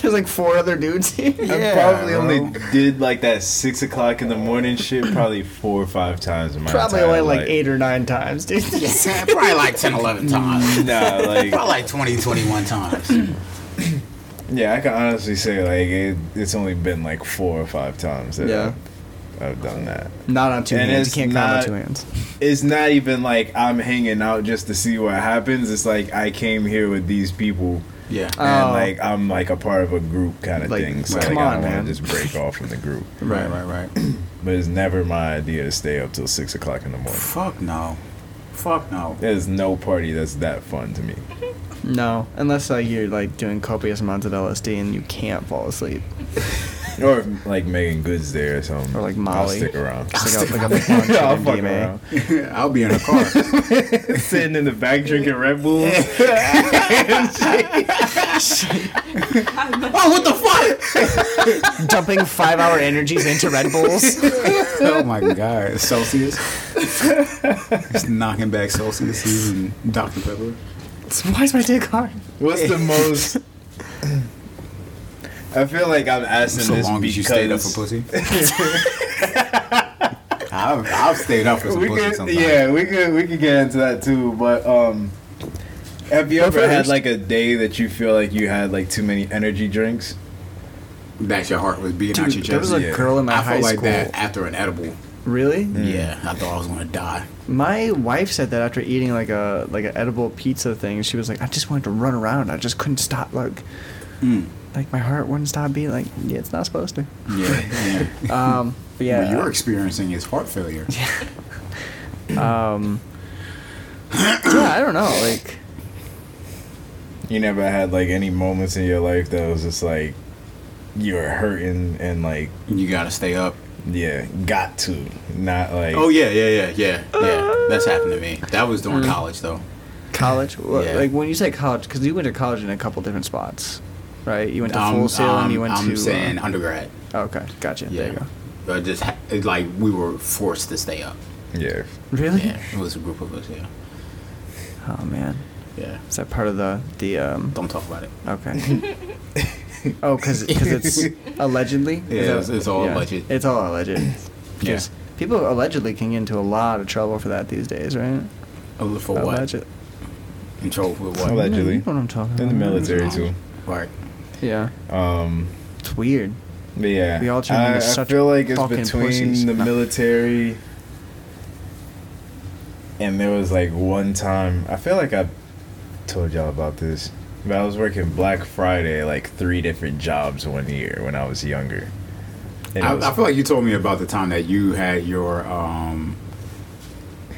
[SPEAKER 2] There's like four other dudes. here.
[SPEAKER 3] I
[SPEAKER 1] Yeah,
[SPEAKER 3] probably
[SPEAKER 1] bro.
[SPEAKER 3] only did like that six o'clock in the morning shit probably four or five times in my
[SPEAKER 2] Probably
[SPEAKER 3] entire
[SPEAKER 2] only like
[SPEAKER 3] life.
[SPEAKER 2] eight or nine times,
[SPEAKER 1] [LAUGHS]
[SPEAKER 2] dude.
[SPEAKER 1] Probably like 10, 11 times.
[SPEAKER 2] [LAUGHS]
[SPEAKER 3] Nah,
[SPEAKER 1] Probably
[SPEAKER 3] like
[SPEAKER 1] like 20, 21 times.
[SPEAKER 2] [CLEARS THROAT]
[SPEAKER 3] yeah, I can honestly say like it, it's only been like four or five times that
[SPEAKER 2] Yeah.
[SPEAKER 3] I've, I've done that.
[SPEAKER 2] [LAUGHS] Not on two
[SPEAKER 3] And
[SPEAKER 2] hands. You can't
[SPEAKER 3] it's
[SPEAKER 2] count on
[SPEAKER 3] not-
[SPEAKER 2] two hands.
[SPEAKER 3] It's not even like I'm hanging out just to see what happens. It's like I came here with these people.
[SPEAKER 1] Yeah.
[SPEAKER 2] Oh.
[SPEAKER 3] And like I'm like a part of a group kind of
[SPEAKER 2] Like,
[SPEAKER 3] thing, so
[SPEAKER 2] come
[SPEAKER 3] like, I
[SPEAKER 2] on,
[SPEAKER 3] don't
[SPEAKER 2] man. [LAUGHS]
[SPEAKER 3] want to just break off from the group.
[SPEAKER 1] right, right, right.
[SPEAKER 3] but it's never my idea to stay up till six o'clock in the morning.
[SPEAKER 1] Fuck no. Fuck no.
[SPEAKER 3] There's no party that's that fun to me.
[SPEAKER 2] No, unless like you're like doing copious amounts of LSD and you can't fall [LAUGHS] asleep.
[SPEAKER 3] Or if, like Megan Good's there or something.
[SPEAKER 2] Or, like,
[SPEAKER 3] I'll
[SPEAKER 2] Molly.
[SPEAKER 3] stick
[SPEAKER 2] [LAUGHS]
[SPEAKER 3] around. [LAUGHS]
[SPEAKER 2] It's like a, like a bunch
[SPEAKER 3] I'll
[SPEAKER 2] of
[SPEAKER 3] fuck
[SPEAKER 2] MDMA.
[SPEAKER 3] around.
[SPEAKER 1] I'll be in a
[SPEAKER 2] [LAUGHS]
[SPEAKER 1] car.
[SPEAKER 3] Sitting in the back drinking Red Bull.
[SPEAKER 1] oh, what the fuck?
[SPEAKER 2] Dumping five hour energies into Red [LAUGHS] Bulls.
[SPEAKER 1] oh my god, Celsius. Just knocking back Celsius and Dr Pepper.
[SPEAKER 2] Why is my dick hard?
[SPEAKER 3] What's the most? I feel like I'm asking
[SPEAKER 1] So
[SPEAKER 3] this
[SPEAKER 1] long as
[SPEAKER 3] because
[SPEAKER 1] you stayed up for pussy.
[SPEAKER 3] [LAUGHS]
[SPEAKER 1] I've, I've stayed up for some
[SPEAKER 3] we
[SPEAKER 1] pussy
[SPEAKER 3] could,
[SPEAKER 1] sometimes.
[SPEAKER 3] yeah, we could we could get into that too. But um, have you
[SPEAKER 2] Go
[SPEAKER 3] ever had
[SPEAKER 2] first.
[SPEAKER 3] like a day that you feel like you had like too many energy drinks?
[SPEAKER 1] That your heart was beating out your
[SPEAKER 2] Dude, there was
[SPEAKER 1] chest.
[SPEAKER 2] a
[SPEAKER 3] yeah.
[SPEAKER 2] girl in my
[SPEAKER 1] I
[SPEAKER 2] high
[SPEAKER 1] felt like
[SPEAKER 2] school.
[SPEAKER 1] that after an edible.
[SPEAKER 2] Really?
[SPEAKER 3] Mm.
[SPEAKER 1] Yeah, I thought I was gonna die.
[SPEAKER 2] My wife said that after eating like a like an edible pizza thing, she was like, "I just wanted to run around. I just couldn't stop. Like,
[SPEAKER 1] Hmm.
[SPEAKER 2] like my heart wouldn't stop beating. Like, yeah, it's not supposed [LAUGHS] to."
[SPEAKER 1] Yeah, [LAUGHS] yeah.
[SPEAKER 2] Um, but yeah,
[SPEAKER 1] What you're experiencing is heart failure.
[SPEAKER 2] yeah, I don't know. Like,
[SPEAKER 3] You never had like any moments in your life that was just like you were hurting and like
[SPEAKER 1] You gotta stay up.
[SPEAKER 3] yeah, got to not like
[SPEAKER 1] Oh yeah, yeah, yeah, yeah, yeah.
[SPEAKER 2] Uh.
[SPEAKER 1] That's happened to me. That was during college though.
[SPEAKER 2] college, Wha-
[SPEAKER 1] Yeah.
[SPEAKER 2] like when you say college, because you went to college in a couple different spots, right? You went to Full Sail and you went
[SPEAKER 1] Um, I'm
[SPEAKER 2] to. uh,
[SPEAKER 1] saying undergrad.
[SPEAKER 2] okay, gotcha.
[SPEAKER 1] Yeah.
[SPEAKER 2] There you go.
[SPEAKER 1] I just ha- it, like we were forced to stay up.
[SPEAKER 3] yeah.
[SPEAKER 2] Really?
[SPEAKER 1] Yeah, it was a group of us. Yeah,
[SPEAKER 2] Oh man,
[SPEAKER 1] yeah.
[SPEAKER 2] is that part of the the um?
[SPEAKER 1] Don't talk about it.
[SPEAKER 2] Okay.
[SPEAKER 1] [LAUGHS]
[SPEAKER 2] [LAUGHS] oh, because it's allegedly. Is
[SPEAKER 1] Yeah,
[SPEAKER 2] that-
[SPEAKER 1] it's- it's all alleged.
[SPEAKER 2] It's all alleged.
[SPEAKER 1] Yeah.
[SPEAKER 2] Just- People allegedly can get into a lot of trouble for that these days, right?
[SPEAKER 1] Oh, For what?
[SPEAKER 2] Alleged.
[SPEAKER 1] Control for what?
[SPEAKER 3] Alleged. Allegedly.
[SPEAKER 2] You know what I'm talking
[SPEAKER 3] In
[SPEAKER 2] about.
[SPEAKER 3] the military
[SPEAKER 1] No.
[SPEAKER 3] too.
[SPEAKER 1] Right.
[SPEAKER 2] Yeah.
[SPEAKER 3] Um
[SPEAKER 2] It's weird.
[SPEAKER 3] But yeah,
[SPEAKER 2] We all turned
[SPEAKER 3] I,
[SPEAKER 2] into
[SPEAKER 3] I
[SPEAKER 2] such
[SPEAKER 3] feel like it's
[SPEAKER 2] fucking
[SPEAKER 3] between
[SPEAKER 2] pussies.
[SPEAKER 3] the
[SPEAKER 2] No.
[SPEAKER 3] military and there was like one time. I feel like I told y'all about this, but I was working Black Friday like three different jobs one year when I was younger. And it
[SPEAKER 1] I,
[SPEAKER 3] was-
[SPEAKER 1] I feel like you told me about the time that you had your um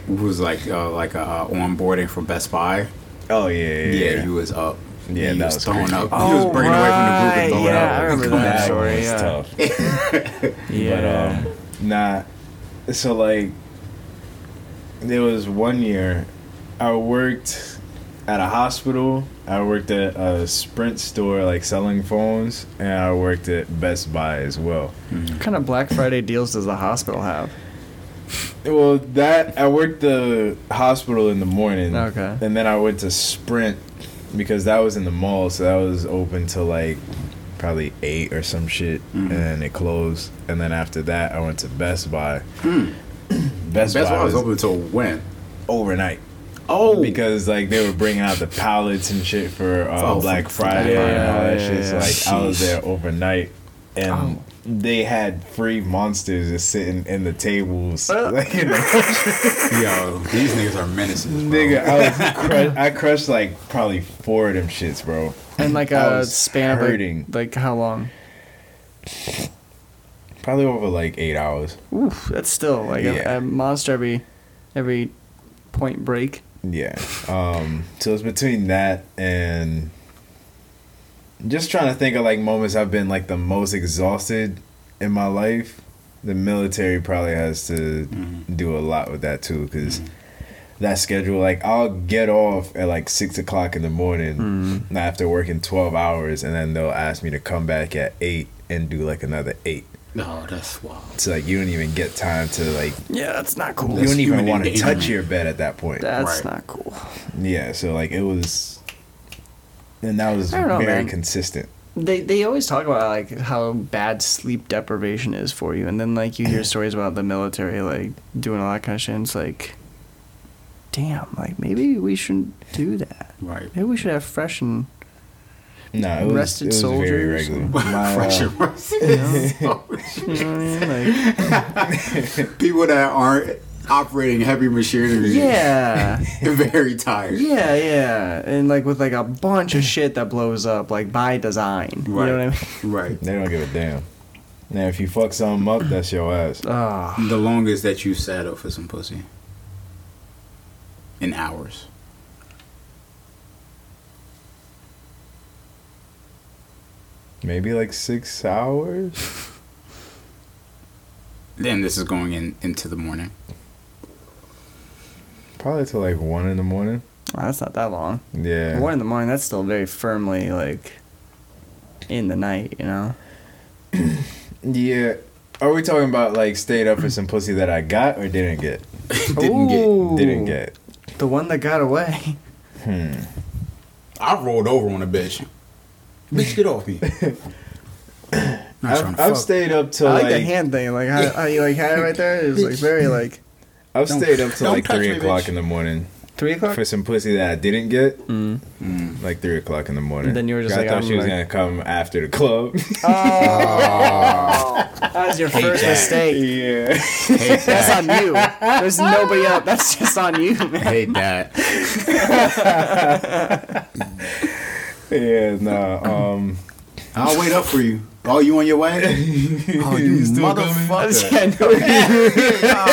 [SPEAKER 1] was like uh, like a uh, onboarding for Best Buy.
[SPEAKER 3] oh yeah, yeah, yeah.
[SPEAKER 1] you was up.
[SPEAKER 3] Yeah,
[SPEAKER 1] you
[SPEAKER 3] that
[SPEAKER 1] was,
[SPEAKER 3] was
[SPEAKER 1] throwing
[SPEAKER 3] crazy.
[SPEAKER 1] up. you was breaking away from the group and throwing
[SPEAKER 2] Oh, yeah,
[SPEAKER 1] up.
[SPEAKER 2] I remember that
[SPEAKER 3] That
[SPEAKER 2] story.
[SPEAKER 3] was
[SPEAKER 2] yeah.
[SPEAKER 3] tough.
[SPEAKER 2] Yeah.
[SPEAKER 3] But um, nah. So like, there was one year, I worked at a hospital. I worked at a Sprint store, like selling phones, and I worked at Best Buy as well.
[SPEAKER 2] what kind of Black Friday deals does the hospital have?
[SPEAKER 3] Well, that I worked the hospital in the morning.
[SPEAKER 2] Okay.
[SPEAKER 3] And then I went to Sprint because that was in the mall, so that was open till like probably eight or some shit, and then it closed. And then after that, I went to Best Buy. Hmm. [CLEARS THROAT]
[SPEAKER 1] Best
[SPEAKER 3] Best, Buy
[SPEAKER 1] Buy
[SPEAKER 3] was
[SPEAKER 1] was open until when?
[SPEAKER 3] overnight
[SPEAKER 1] Oh,
[SPEAKER 3] because like they were bringing out the pallets and shit for uh,
[SPEAKER 1] Oh, for-
[SPEAKER 3] Black
[SPEAKER 1] for
[SPEAKER 3] Friday
[SPEAKER 2] Black
[SPEAKER 3] and all
[SPEAKER 2] Friday,
[SPEAKER 3] that shit. So,
[SPEAKER 2] yeah,
[SPEAKER 3] like I was
[SPEAKER 1] Sheesh.
[SPEAKER 3] there overnight, and
[SPEAKER 2] Oh.
[SPEAKER 3] they had free monsters just sitting in the tables.
[SPEAKER 2] Uh.
[SPEAKER 3] [LAUGHS] Like, you know.
[SPEAKER 1] yo, these niggas are menaces, bro.
[SPEAKER 3] Nigga, I was cru- I crushed like probably four of them shits, bro.
[SPEAKER 2] And [LAUGHS] like
[SPEAKER 3] I
[SPEAKER 2] a
[SPEAKER 3] was
[SPEAKER 2] span of
[SPEAKER 3] hurting.
[SPEAKER 2] like, like how long?
[SPEAKER 3] Probably over like eight hours.
[SPEAKER 2] Oof, that's still like a-
[SPEAKER 3] Yeah.
[SPEAKER 2] a, monster every every point break.
[SPEAKER 3] Yeah. Um. So it's between that and just trying to think of like moments I've been like the most exhausted in my life. The military probably has to do a lot with that too, because that schedule. Like I'll get off at like six o'clock in the morning and after working twelve hours, and then they'll ask me to come back at eight and do like another eight.
[SPEAKER 1] No, that's wild.
[SPEAKER 3] So like you don't even get time to like
[SPEAKER 2] Yeah, that's not cool.
[SPEAKER 3] you
[SPEAKER 1] That's
[SPEAKER 3] don't even
[SPEAKER 1] human
[SPEAKER 3] want to
[SPEAKER 1] endangerment.
[SPEAKER 3] touch your bed at that point.
[SPEAKER 2] That's
[SPEAKER 1] Right.
[SPEAKER 2] not cool.
[SPEAKER 3] Yeah, so like it was, and that was
[SPEAKER 2] I don't know,
[SPEAKER 3] very
[SPEAKER 2] man.
[SPEAKER 3] consistent.
[SPEAKER 2] They they always talk about like how bad sleep deprivation is for you, and then like you [CLEARS THROAT] hear stories about the military like doing all that kind of shit. And it's like, damn, like maybe we shouldn't do that.
[SPEAKER 1] Right.
[SPEAKER 2] Maybe we should have fresh and
[SPEAKER 3] No, it was,
[SPEAKER 2] Rested
[SPEAKER 3] it was very
[SPEAKER 2] soldiers? [LAUGHS]
[SPEAKER 3] regular.
[SPEAKER 1] [LAUGHS]
[SPEAKER 3] My, uh,
[SPEAKER 1] Fresh and
[SPEAKER 2] you know what I mean? like
[SPEAKER 1] People that aren't operating heavy machinery.
[SPEAKER 2] [LAUGHS] yeah,
[SPEAKER 1] [LAUGHS] Very tired.
[SPEAKER 2] yeah, yeah, and like with like a bunch of shit that blows up like by design. You know what I mean?
[SPEAKER 1] Right.
[SPEAKER 3] they don't give a damn. Now, if you fuck something up, that's your ass.
[SPEAKER 2] Ah,
[SPEAKER 1] The longest that you sat up for some pussy. In hours.
[SPEAKER 3] Maybe like six hours.
[SPEAKER 1] Then this is going in into the morning.
[SPEAKER 3] Probably till like one in the morning.
[SPEAKER 2] that's not that long.
[SPEAKER 3] Yeah.
[SPEAKER 2] One in the morning, that's still very firmly like in the night, you know.
[SPEAKER 3] Yeah. Are we talking about like stayed up for some pussy that I got or didn't get?
[SPEAKER 1] Didn't get.
[SPEAKER 2] Ooh.
[SPEAKER 3] Didn't get. Hmm.
[SPEAKER 2] the one that got [LAUGHS] away.
[SPEAKER 1] I rolled over on a bitch. Bitch, get
[SPEAKER 2] [LAUGHS]
[SPEAKER 1] off me. Not trying to
[SPEAKER 3] I've, I've
[SPEAKER 1] fuck.
[SPEAKER 3] stayed up till
[SPEAKER 2] I
[SPEAKER 3] like,
[SPEAKER 2] like the hand thing, like how, how you like had it right there. It was like [LAUGHS] very like
[SPEAKER 3] I've
[SPEAKER 1] Don't-
[SPEAKER 3] stayed up till
[SPEAKER 1] don't
[SPEAKER 3] like
[SPEAKER 1] touch
[SPEAKER 3] three
[SPEAKER 1] me,
[SPEAKER 3] o'clock
[SPEAKER 1] bitch.
[SPEAKER 3] in the morning
[SPEAKER 2] three o'clock.
[SPEAKER 3] for some pussy that I didn't get.
[SPEAKER 2] Mm.
[SPEAKER 3] Like three o'clock in the morning.
[SPEAKER 2] And then you were just
[SPEAKER 3] I
[SPEAKER 2] like,
[SPEAKER 3] thought
[SPEAKER 2] I'm
[SPEAKER 3] she was
[SPEAKER 2] like-
[SPEAKER 3] gonna come after the
[SPEAKER 1] [LAUGHS]
[SPEAKER 3] club. [LAUGHS]
[SPEAKER 2] That was your first
[SPEAKER 1] that.
[SPEAKER 2] mistake.
[SPEAKER 3] yeah.
[SPEAKER 1] hate
[SPEAKER 2] That's
[SPEAKER 1] that.
[SPEAKER 2] on you. There's nobody else. That's just on you, [LAUGHS] man.
[SPEAKER 1] hate that.
[SPEAKER 3] Yeah. Nah. Um.
[SPEAKER 1] I'll wait up for you. Oh, you on your
[SPEAKER 3] [LAUGHS]
[SPEAKER 1] way? Oh, you motherfucker.
[SPEAKER 2] [LAUGHS] Yeah, no.
[SPEAKER 1] Oh,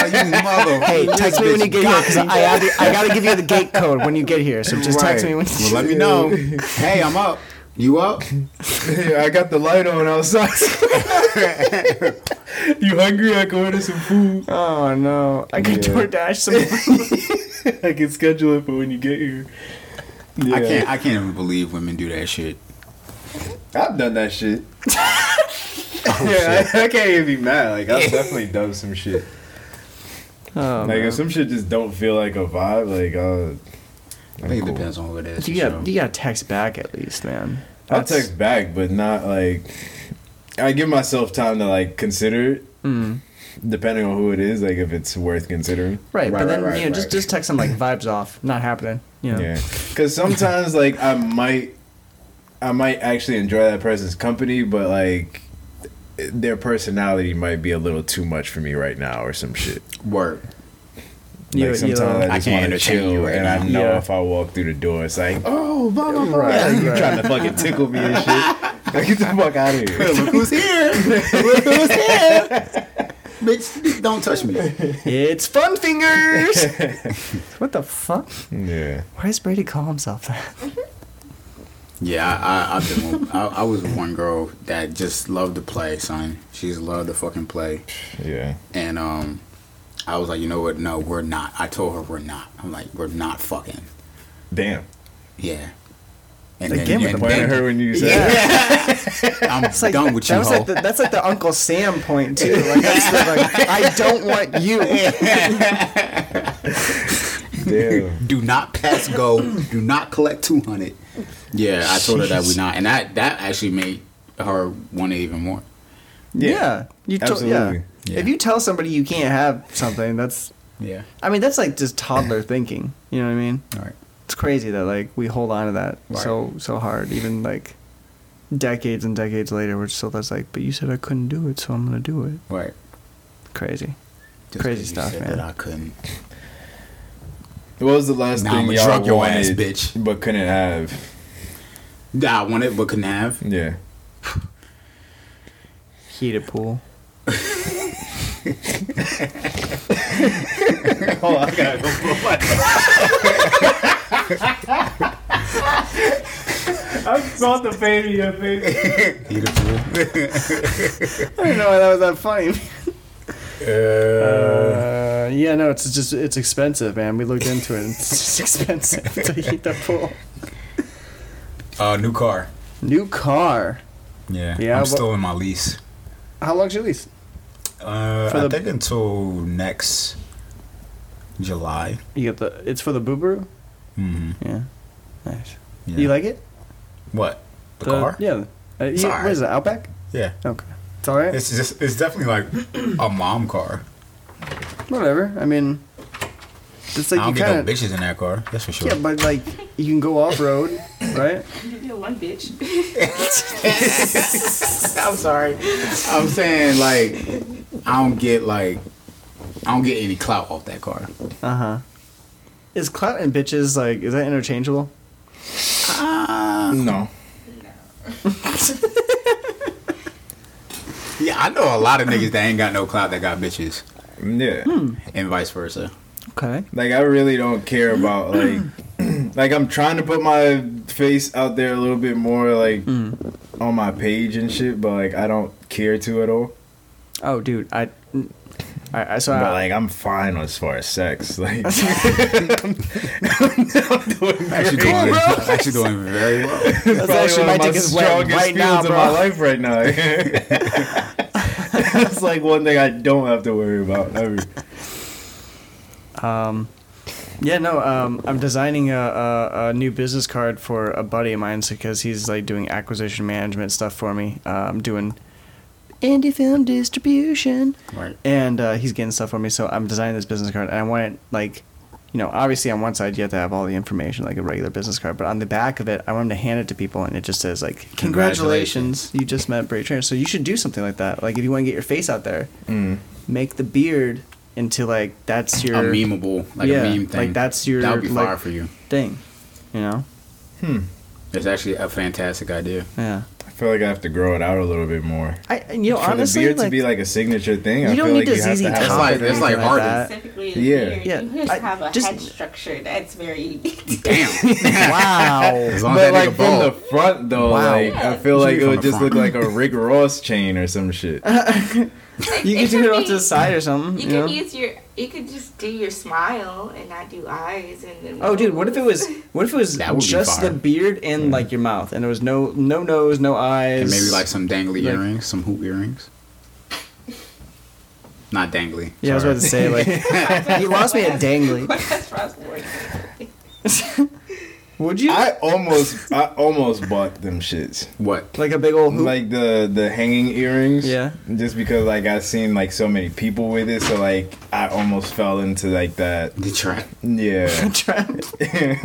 [SPEAKER 1] you motherfucker.
[SPEAKER 2] Hey, text me when
[SPEAKER 1] bitch
[SPEAKER 2] you get
[SPEAKER 1] got
[SPEAKER 2] here because I, I, I gotta give you the gate code when you get here. So just text
[SPEAKER 3] Right.
[SPEAKER 2] me when.
[SPEAKER 1] Well, let me know. hey, I'm up. You up?
[SPEAKER 3] I got the light
[SPEAKER 1] [LAUGHS]
[SPEAKER 3] on outside. you hungry? I can order some food.
[SPEAKER 2] Oh no! I
[SPEAKER 3] Yeah.
[SPEAKER 2] got DoorDash some.
[SPEAKER 3] [LAUGHS] I can schedule it for when you get here. Yeah.
[SPEAKER 1] I can't. I can't even believe women do that shit.
[SPEAKER 3] I've done that shit. yeah, I,
[SPEAKER 2] [LAUGHS]
[SPEAKER 3] I can't even be mad. Like I've definitely done some shit.
[SPEAKER 2] Oh,
[SPEAKER 3] Like
[SPEAKER 2] man.
[SPEAKER 3] if some shit just don't feel like a vibe, like uh,
[SPEAKER 1] I
[SPEAKER 3] I'm
[SPEAKER 1] think
[SPEAKER 3] cool.
[SPEAKER 1] it depends on who it is.
[SPEAKER 2] you
[SPEAKER 1] so.
[SPEAKER 2] got you got text back at least, man.
[SPEAKER 3] I'll
[SPEAKER 2] That's-
[SPEAKER 3] text back, but not like I give myself time to like consider it,
[SPEAKER 2] Mm.
[SPEAKER 3] depending on who it is. Like if it's worth considering.
[SPEAKER 1] Right,
[SPEAKER 2] Right, but then
[SPEAKER 1] right, right,
[SPEAKER 2] you know, just
[SPEAKER 1] right.
[SPEAKER 2] just text
[SPEAKER 3] [LAUGHS]
[SPEAKER 2] them like vibes off, not happening. You know.
[SPEAKER 3] Yeah,
[SPEAKER 1] [LAUGHS]
[SPEAKER 3] because sometimes like I might, I might actually enjoy that person's company, but like their personality might be a little too much for me right now or some shit.
[SPEAKER 1] Word.
[SPEAKER 2] You- you
[SPEAKER 3] like sometimes
[SPEAKER 2] know,
[SPEAKER 3] I
[SPEAKER 1] I can't
[SPEAKER 3] just want to
[SPEAKER 1] entertain
[SPEAKER 3] chill,
[SPEAKER 1] you right
[SPEAKER 3] and I
[SPEAKER 1] now.
[SPEAKER 3] know
[SPEAKER 2] Yeah.
[SPEAKER 3] if I walk through the door, it's like, oh, blah blah blah, [LAUGHS]
[SPEAKER 2] Right,
[SPEAKER 3] you
[SPEAKER 2] [LAUGHS] right.
[SPEAKER 3] trying to fucking tickle me and shit. Like, get the fuck out of here.
[SPEAKER 1] Look who's here! Look who's here! Bitch, don't touch me.
[SPEAKER 2] It's fun
[SPEAKER 3] [LAUGHS]
[SPEAKER 2] fingers. what the fuck?
[SPEAKER 3] Yeah,
[SPEAKER 2] Why does Brady call himself that?
[SPEAKER 1] Yeah, I, I, I've been. One, I, I was with one girl that just loved to play, son. She's loved to fucking play,
[SPEAKER 3] yeah.
[SPEAKER 1] and um, I was like, you know what? No, we're not. I told her we're not. I'm like, we're not fucking.
[SPEAKER 3] Damn.
[SPEAKER 1] Yeah. And
[SPEAKER 2] Again with
[SPEAKER 3] The
[SPEAKER 1] and
[SPEAKER 3] point at her when you said
[SPEAKER 1] [LAUGHS] I'm
[SPEAKER 2] It's like,
[SPEAKER 1] done with you,
[SPEAKER 2] that was
[SPEAKER 1] hoe.
[SPEAKER 2] like the, that's like the Uncle Sam point too. Like, that's the,
[SPEAKER 3] [LAUGHS]
[SPEAKER 2] like I don't want you.
[SPEAKER 3] Damn.
[SPEAKER 1] Do not pass
[SPEAKER 2] [LAUGHS]
[SPEAKER 1] go. Do not collect two hundred. Yeah, I told her that we not, and that that actually made her want it even more.
[SPEAKER 2] Yeah,
[SPEAKER 3] Yeah,
[SPEAKER 2] you to- yeah.
[SPEAKER 3] absolutely.
[SPEAKER 1] Yeah.
[SPEAKER 2] If you tell somebody you can't have something, that's
[SPEAKER 1] Yeah.
[SPEAKER 2] I mean that's like just [LAUGHS] toddler thinking. You know what I mean?
[SPEAKER 1] All right.
[SPEAKER 2] It's crazy that like we hold on to that
[SPEAKER 1] Right.
[SPEAKER 2] so so hard, even like decades and decades later, we're still that's like, but you said I couldn't do it, so I'm gonna do it.
[SPEAKER 1] Right.
[SPEAKER 2] Crazy.
[SPEAKER 1] Just
[SPEAKER 2] Crazy
[SPEAKER 1] 'cause you
[SPEAKER 2] stuff,
[SPEAKER 1] said
[SPEAKER 2] man.
[SPEAKER 1] That I couldn't.
[SPEAKER 3] What was the last
[SPEAKER 1] Nah,
[SPEAKER 3] thing
[SPEAKER 1] I'ma
[SPEAKER 3] y'all
[SPEAKER 1] drug your
[SPEAKER 3] wanted
[SPEAKER 1] ass, bitch.
[SPEAKER 3] but couldn't have?
[SPEAKER 1] Nah, I wanted but couldn't have.
[SPEAKER 3] Yeah.
[SPEAKER 2] Heated pool.
[SPEAKER 1] Oh, I gotta go [LAUGHS] blow my.
[SPEAKER 3] I saw the pain in your face.
[SPEAKER 2] I didn't know why that was that funny. Uh, yeah, no, it's just it's expensive, man. We looked into it. and [LAUGHS] It's just expensive to heat the pool.
[SPEAKER 1] Uh, new car.
[SPEAKER 2] New car.
[SPEAKER 1] Yeah.
[SPEAKER 2] Yeah,
[SPEAKER 1] I'm
[SPEAKER 2] but-
[SPEAKER 1] still in my lease.
[SPEAKER 2] How long's your lease?
[SPEAKER 1] Uh,
[SPEAKER 2] For
[SPEAKER 1] I
[SPEAKER 2] the-
[SPEAKER 1] think until next July.
[SPEAKER 2] You get the. It's for the boo boo.
[SPEAKER 1] Mm-hmm.
[SPEAKER 2] Yeah. Nice.
[SPEAKER 1] Yeah.
[SPEAKER 2] You like it?
[SPEAKER 1] what? The, car?
[SPEAKER 2] Yeah. Uh, you,
[SPEAKER 1] It's all right.
[SPEAKER 2] What is it? Outback?
[SPEAKER 1] Yeah.
[SPEAKER 2] Okay. It's all right.
[SPEAKER 1] It's just it's definitely like a mom car.
[SPEAKER 2] Whatever. I mean, it's like
[SPEAKER 1] I don't
[SPEAKER 2] you
[SPEAKER 1] get
[SPEAKER 2] kind
[SPEAKER 1] no
[SPEAKER 2] of.
[SPEAKER 1] bitches in that car. That's for sure.
[SPEAKER 2] Yeah, but like you can go off road,
[SPEAKER 1] [LAUGHS]
[SPEAKER 2] right?
[SPEAKER 4] You're one bitch.
[SPEAKER 1] I'm sorry. I'm saying like I don't get like I don't get any clout off that car.
[SPEAKER 2] Uh huh. Is clout and bitches like is that interchangeable?
[SPEAKER 1] Hmm. Uh,
[SPEAKER 3] No.
[SPEAKER 1] Yeah, I know a lot of niggas that ain't got no clout that got bitches,
[SPEAKER 3] Yeah.
[SPEAKER 1] and vice versa.
[SPEAKER 2] Okay.
[SPEAKER 3] Like I really don't care
[SPEAKER 1] Hmm.
[SPEAKER 3] about like like [CLEARS THROAT] I'm trying to put my face out there a little bit more like
[SPEAKER 1] Hmm.
[SPEAKER 3] on my page and shit, but like I don't care to at all.
[SPEAKER 2] Oh, dude, I. I, I saw.
[SPEAKER 3] But like I'm fine as far as sex. [LAUGHS] Like I'm doing
[SPEAKER 1] Actually
[SPEAKER 3] great.
[SPEAKER 1] doing, actually doing very [LAUGHS] well.
[SPEAKER 3] That's
[SPEAKER 2] [LAUGHS] That's actually my dick is wet right now,
[SPEAKER 3] in my
[SPEAKER 2] bro.
[SPEAKER 3] life right
[SPEAKER 2] [LAUGHS]
[SPEAKER 3] now. That's like one thing I don't have to worry about ever.
[SPEAKER 2] Yeah, no. Um, I'm designing a, a, a new business card for a buddy of mine because he's like doing acquisition management stuff for me. Uh, I'm doing indie film distribution,
[SPEAKER 1] Right.
[SPEAKER 2] and uh, he's getting stuff for me. So I'm designing this business card, and I want it like, you know, obviously on one side you have to have all the information like a regular business card, but on the back of it, I want him to hand it to people, and it just says like, "Congratulations,
[SPEAKER 1] Congratulations.
[SPEAKER 2] you just met Brady Trainer." So you should do something like that. Like if you want to get your face out there, make the beard into like that's your
[SPEAKER 1] Mm. A memeable, like
[SPEAKER 2] Yeah,
[SPEAKER 1] a meme
[SPEAKER 2] like
[SPEAKER 1] thing.
[SPEAKER 2] that's your,
[SPEAKER 1] That would be
[SPEAKER 2] like-
[SPEAKER 1] fire for you.
[SPEAKER 2] thing. You know?
[SPEAKER 1] It's actually a fantastic idea.
[SPEAKER 2] Yeah.
[SPEAKER 3] I feel like I have to grow it out a little bit more.
[SPEAKER 2] I and, you know
[SPEAKER 3] For
[SPEAKER 2] honestly
[SPEAKER 3] the beard
[SPEAKER 2] like,
[SPEAKER 3] to be like a signature thing, I
[SPEAKER 2] you don't
[SPEAKER 3] feel
[SPEAKER 2] need
[SPEAKER 3] like
[SPEAKER 2] to
[SPEAKER 3] you have
[SPEAKER 2] ZZ
[SPEAKER 3] to
[SPEAKER 1] It's
[SPEAKER 3] have
[SPEAKER 2] top
[SPEAKER 1] like-
[SPEAKER 2] or
[SPEAKER 1] it's
[SPEAKER 2] anything
[SPEAKER 1] like
[SPEAKER 2] like
[SPEAKER 1] harder.
[SPEAKER 2] that.
[SPEAKER 4] Specifically,
[SPEAKER 3] Yeah.
[SPEAKER 4] yeah.
[SPEAKER 2] Yeah,
[SPEAKER 4] you just
[SPEAKER 2] I-
[SPEAKER 4] have a
[SPEAKER 2] just-
[SPEAKER 4] head structure that's very [LAUGHS] unique.
[SPEAKER 1] Damn.
[SPEAKER 2] Wow.
[SPEAKER 1] [LAUGHS] As long as
[SPEAKER 3] But
[SPEAKER 1] that
[SPEAKER 3] like
[SPEAKER 1] nigga
[SPEAKER 3] from the
[SPEAKER 1] bald.
[SPEAKER 3] front though,
[SPEAKER 2] Wow.
[SPEAKER 3] like I feel
[SPEAKER 1] It should
[SPEAKER 3] like
[SPEAKER 1] be
[SPEAKER 3] it
[SPEAKER 1] from
[SPEAKER 3] would
[SPEAKER 1] the
[SPEAKER 3] just
[SPEAKER 1] front.
[SPEAKER 3] look like a Rick Ross chain or some shit.
[SPEAKER 2] you could
[SPEAKER 4] It
[SPEAKER 2] do
[SPEAKER 4] could
[SPEAKER 2] it off to
[SPEAKER 4] be-
[SPEAKER 2] the side or something.
[SPEAKER 4] You
[SPEAKER 2] You,
[SPEAKER 4] could
[SPEAKER 2] know?
[SPEAKER 4] use your. You could just do your smile and not do eyes and then.
[SPEAKER 2] Oh dude, what if it
[SPEAKER 4] [LAUGHS]
[SPEAKER 2] was what if it was
[SPEAKER 1] That would be
[SPEAKER 2] just the
[SPEAKER 1] fire.
[SPEAKER 2] beard and like your mouth and there was no no nose, no eyes.
[SPEAKER 1] And maybe like some dangly
[SPEAKER 2] Like-
[SPEAKER 1] earrings, some hoop earrings. Not dangly.
[SPEAKER 2] Yeah, I was about to say like
[SPEAKER 1] [LAUGHS]
[SPEAKER 2] you lost me at dangly.
[SPEAKER 4] What has Frost worn?
[SPEAKER 2] Would [LAUGHS] you
[SPEAKER 3] I almost I almost bought them shits.
[SPEAKER 1] What?
[SPEAKER 2] like a big old hoop?
[SPEAKER 3] Like the the hanging earrings.
[SPEAKER 2] [LAUGHS] Yeah.
[SPEAKER 3] Just because like I seen like so many people with it, so like I almost fell into like that.
[SPEAKER 1] The trap.
[SPEAKER 3] Yeah. [LAUGHS]
[SPEAKER 2] Trap.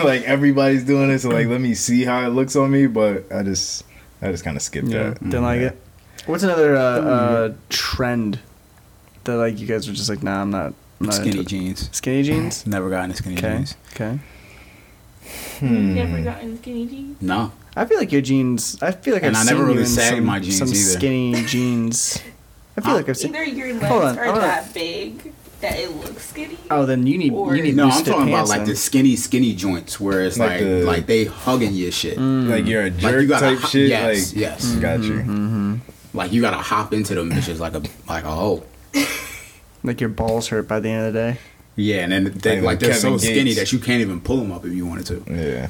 [SPEAKER 3] like everybody's doing it, so like let me see how it looks on me, but I just I just kinda skipped
[SPEAKER 2] Yeah,
[SPEAKER 3] that.
[SPEAKER 2] didn't like it. What's another uh, uh, trend that like you guys were just like, nah, I'm not, I'm not
[SPEAKER 1] Skinny
[SPEAKER 2] into it."
[SPEAKER 1] jeans.
[SPEAKER 2] Skinny jeans.
[SPEAKER 1] Never gotten into skinny
[SPEAKER 2] Okay,
[SPEAKER 1] jeans.
[SPEAKER 2] okay.
[SPEAKER 4] You ever gotten skinny jeans?
[SPEAKER 1] No.
[SPEAKER 2] I feel like your jeans. I feel like
[SPEAKER 1] And
[SPEAKER 2] I've
[SPEAKER 1] I
[SPEAKER 2] seen
[SPEAKER 1] never
[SPEAKER 2] you
[SPEAKER 1] really
[SPEAKER 2] in
[SPEAKER 1] sagged
[SPEAKER 2] some,
[SPEAKER 1] my jeans
[SPEAKER 2] some
[SPEAKER 1] either. [LAUGHS]
[SPEAKER 2] skinny jeans. I feel
[SPEAKER 1] Huh?
[SPEAKER 2] like I've seen.
[SPEAKER 4] Either your legs
[SPEAKER 2] Hold on,
[SPEAKER 4] are
[SPEAKER 2] hold on.
[SPEAKER 4] that big that it looks skinny.
[SPEAKER 2] Oh, then you need
[SPEAKER 4] Or-
[SPEAKER 2] you need
[SPEAKER 1] No,
[SPEAKER 2] loose
[SPEAKER 1] I'm
[SPEAKER 2] fit
[SPEAKER 1] talking about
[SPEAKER 2] pants
[SPEAKER 1] like
[SPEAKER 2] then.
[SPEAKER 1] the skinny, skinny joints where it's
[SPEAKER 3] Like
[SPEAKER 1] like like, they
[SPEAKER 3] the-
[SPEAKER 1] hugging your shit.
[SPEAKER 2] Mm.
[SPEAKER 3] Like you're a jerk
[SPEAKER 1] you gotta
[SPEAKER 3] type
[SPEAKER 1] hi-
[SPEAKER 3] shit.
[SPEAKER 1] yes,
[SPEAKER 3] like
[SPEAKER 1] yes.
[SPEAKER 3] got you.
[SPEAKER 2] Mm-hmm.
[SPEAKER 1] Like you gotta hop into them bitches like a like a hoe.
[SPEAKER 2] Like your balls hurt by the end of the day.
[SPEAKER 1] Yeah, and then they,
[SPEAKER 3] Like
[SPEAKER 1] like, they're so
[SPEAKER 3] Kevin
[SPEAKER 1] skinny
[SPEAKER 3] Gates. Mm.
[SPEAKER 1] that you can't even pull them up if you wanted to.
[SPEAKER 3] Yeah.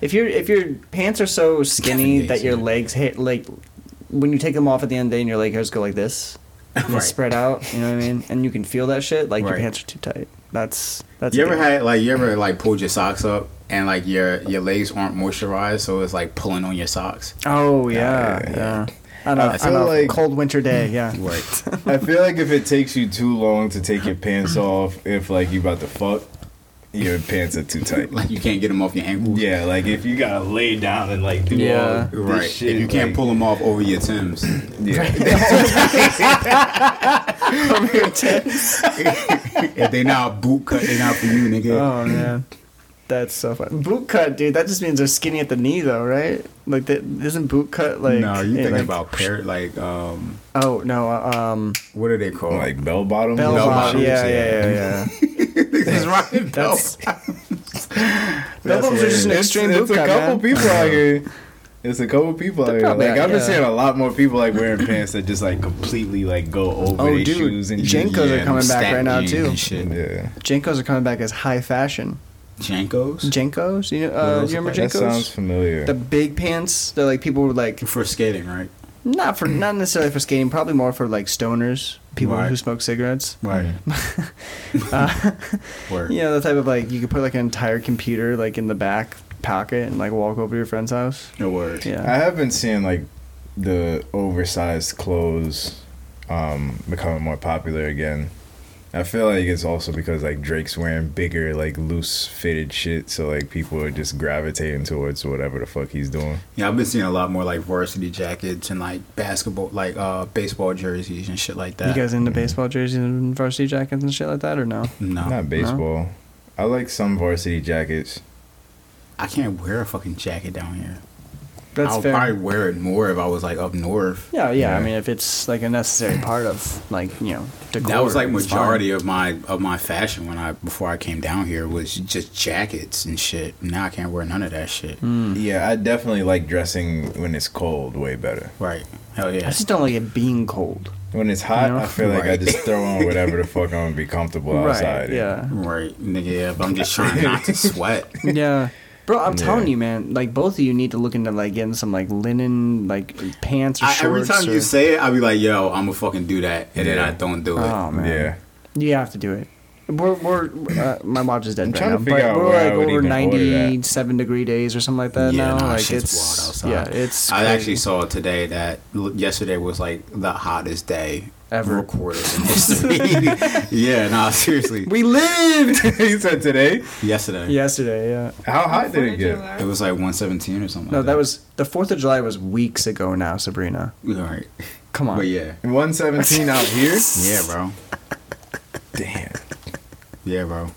[SPEAKER 2] If your if your pants are so skinny
[SPEAKER 1] Gates,
[SPEAKER 2] that your
[SPEAKER 1] yeah.
[SPEAKER 2] legs hit like when you take them off at the end of the day and your leg hairs go like this, and
[SPEAKER 1] Right.
[SPEAKER 2] spread out. You know what I mean? And you can feel that shit. Like your
[SPEAKER 1] Right.
[SPEAKER 2] pants are too tight. That's that's.
[SPEAKER 1] You
[SPEAKER 2] a
[SPEAKER 1] ever
[SPEAKER 2] deal.
[SPEAKER 1] had like you ever like pulled your socks up and like your your legs aren't moisturized, so it's like pulling on your socks.
[SPEAKER 2] Oh yeah,
[SPEAKER 3] yeah,
[SPEAKER 2] yeah. On a,
[SPEAKER 3] I feel
[SPEAKER 2] on a
[SPEAKER 3] like-
[SPEAKER 2] cold
[SPEAKER 1] [LAUGHS]
[SPEAKER 2] winter day, yeah.
[SPEAKER 1] Right.
[SPEAKER 3] I feel like if it takes you too long to take your pants off, if like you about to fuck, your pants are too tight.
[SPEAKER 1] like you can't get them off your ankles.
[SPEAKER 3] Yeah, like if you gotta lay down and like do
[SPEAKER 2] Yeah.
[SPEAKER 3] all this
[SPEAKER 1] Right.
[SPEAKER 3] shit,
[SPEAKER 1] if you can't
[SPEAKER 3] like-
[SPEAKER 1] pull them off over your
[SPEAKER 2] [LAUGHS]
[SPEAKER 1] Tim's.
[SPEAKER 3] Yeah,
[SPEAKER 1] if they not boot cutting out for you, [LAUGHS] nigga.
[SPEAKER 2] [LAUGHS] Oh man, that's so fun. Boot cut, dude. That just means they're skinny at the knee, though, right? Like that isn't boot cut like.
[SPEAKER 1] no, you
[SPEAKER 2] it,
[SPEAKER 1] thinking
[SPEAKER 2] like-
[SPEAKER 1] about parrot like um
[SPEAKER 2] Oh no, um,
[SPEAKER 1] what are they called?
[SPEAKER 3] like bell bottom.
[SPEAKER 2] bell
[SPEAKER 1] Bell
[SPEAKER 2] bottom.
[SPEAKER 1] bottoms,
[SPEAKER 2] Yeah, yeah, yeah, yeah.
[SPEAKER 1] Niggas rocking bell
[SPEAKER 2] [LAUGHS] That's. Bell bottoms are just an
[SPEAKER 3] It's-
[SPEAKER 2] extreme
[SPEAKER 3] it's,
[SPEAKER 2] boot cut,
[SPEAKER 3] a couple
[SPEAKER 2] man.
[SPEAKER 3] people out here. It's a couple people out
[SPEAKER 2] They're
[SPEAKER 3] here.
[SPEAKER 2] probably uh,
[SPEAKER 3] Like
[SPEAKER 2] out,
[SPEAKER 3] I've been
[SPEAKER 2] yeah.
[SPEAKER 3] seeing a lot more people like wearing pants that just like completely like go over
[SPEAKER 2] Oh,
[SPEAKER 3] their
[SPEAKER 2] dude,
[SPEAKER 3] shoes and
[SPEAKER 2] Jenkos
[SPEAKER 3] shit.
[SPEAKER 2] are
[SPEAKER 3] Yeah,
[SPEAKER 2] coming back
[SPEAKER 1] Stack
[SPEAKER 2] right now,
[SPEAKER 1] jeans
[SPEAKER 2] too.
[SPEAKER 1] and Shit.
[SPEAKER 3] Yeah,
[SPEAKER 2] Jenkos are coming back as high fashion.
[SPEAKER 1] Jankos?
[SPEAKER 2] Jenkos, you know, uh, you remember
[SPEAKER 3] that sounds
[SPEAKER 2] Jenkos?
[SPEAKER 3] familiar.
[SPEAKER 2] The big pants. They're like people were like
[SPEAKER 1] For skating, right?
[SPEAKER 2] not for not necessarily for skating, probably more for like stoners, people
[SPEAKER 1] Right.
[SPEAKER 2] who smoke cigarettes.
[SPEAKER 1] Right. Word.
[SPEAKER 2] You know, the type of like you could put like an entire computer like in the back pocket and like walk over to your friend's house.
[SPEAKER 1] No word.
[SPEAKER 3] I
[SPEAKER 2] Yeah.
[SPEAKER 3] have been seeing like the oversized clothes um, becoming more popular again. I feel like it's also because like Drake's wearing bigger, like loose fitted shit, so like people are just gravitating towards whatever the fuck he's doing.
[SPEAKER 1] Yeah, I've been seeing a lot more like varsity jackets and like basketball, like uh baseball jerseys and shit like
[SPEAKER 2] You
[SPEAKER 1] that.
[SPEAKER 2] guys into baseball jerseys and varsity jackets and shit like that or no?
[SPEAKER 1] no,
[SPEAKER 3] Not baseball. I like some varsity jackets.
[SPEAKER 1] I can't wear a fucking jacket down here.
[SPEAKER 2] That's
[SPEAKER 1] I'll
[SPEAKER 2] fair.
[SPEAKER 1] probably wear it more if I was like up north.
[SPEAKER 2] yeah, yeah, I
[SPEAKER 3] Yeah.
[SPEAKER 2] mean, if it's like a necessary part of like you know decor,
[SPEAKER 1] That was like
[SPEAKER 2] it's fine.
[SPEAKER 1] majority of my of my fashion when I before I came down here was just jackets and shit. Now I can't wear none of that shit.
[SPEAKER 2] Hmm.
[SPEAKER 3] Yeah, I definitely like dressing when it's cold way better.
[SPEAKER 1] Right? Hell
[SPEAKER 2] I
[SPEAKER 1] yeah.
[SPEAKER 2] just don't like it being cold.
[SPEAKER 3] When it's hot,
[SPEAKER 2] You know?
[SPEAKER 3] I feel like I
[SPEAKER 1] Right.
[SPEAKER 3] just throw on
[SPEAKER 1] [LAUGHS]
[SPEAKER 3] whatever the fuck I'm gonna be comfortable
[SPEAKER 2] Right?
[SPEAKER 3] outside. in. [LAUGHS]
[SPEAKER 2] Yeah.
[SPEAKER 1] Right, nigga. Yeah, but I'm just trying not
[SPEAKER 2] [LAUGHS]
[SPEAKER 1] to sweat.
[SPEAKER 2] yeah. Bro, I'm
[SPEAKER 3] Yeah.
[SPEAKER 2] telling you, man. Like both of you need to look into like getting some like linen like pants or
[SPEAKER 1] I,
[SPEAKER 2] shorts.
[SPEAKER 1] every time
[SPEAKER 2] or,
[SPEAKER 1] you say it, I'll be like, "Yo, I'm gonna fucking do that," and then
[SPEAKER 3] Yeah.
[SPEAKER 1] I don't do it.
[SPEAKER 2] oh man,
[SPEAKER 3] Yeah.
[SPEAKER 2] you have to do it. We're we're uh, my watch is dead
[SPEAKER 3] I'm
[SPEAKER 2] right
[SPEAKER 3] trying to
[SPEAKER 2] now,
[SPEAKER 3] figure
[SPEAKER 2] but
[SPEAKER 3] out
[SPEAKER 2] we're
[SPEAKER 3] where I
[SPEAKER 2] like
[SPEAKER 3] would
[SPEAKER 2] over
[SPEAKER 3] even order that.
[SPEAKER 2] 97 degree days or something like that
[SPEAKER 1] Yeah,
[SPEAKER 2] now.
[SPEAKER 1] nah,
[SPEAKER 2] like
[SPEAKER 1] shit's
[SPEAKER 2] it's
[SPEAKER 1] wild
[SPEAKER 2] yeah,
[SPEAKER 1] outside.
[SPEAKER 2] it's
[SPEAKER 1] I
[SPEAKER 2] crazy.
[SPEAKER 1] actually saw today that l- yesterday was like the hottest day
[SPEAKER 2] Ever.
[SPEAKER 1] recorded
[SPEAKER 2] [LAUGHS]
[SPEAKER 1] in history. [LAUGHS] yeah, nah, seriously.
[SPEAKER 2] we lived
[SPEAKER 3] [LAUGHS] he said today.
[SPEAKER 1] yesterday,
[SPEAKER 2] [LAUGHS] yesterday. Yeah,
[SPEAKER 3] How hot did
[SPEAKER 4] Fourth
[SPEAKER 3] it
[SPEAKER 4] of
[SPEAKER 3] get?
[SPEAKER 4] July.
[SPEAKER 1] it was like 117 or something.
[SPEAKER 2] no,
[SPEAKER 1] like
[SPEAKER 2] that was the Fourth of July was weeks ago now, Sabrina.
[SPEAKER 1] all right.
[SPEAKER 2] Come on,
[SPEAKER 1] But yeah,
[SPEAKER 3] 117 out here.
[SPEAKER 1] [LAUGHS] yeah, bro.
[SPEAKER 3] Damn.
[SPEAKER 1] Yeah, bro.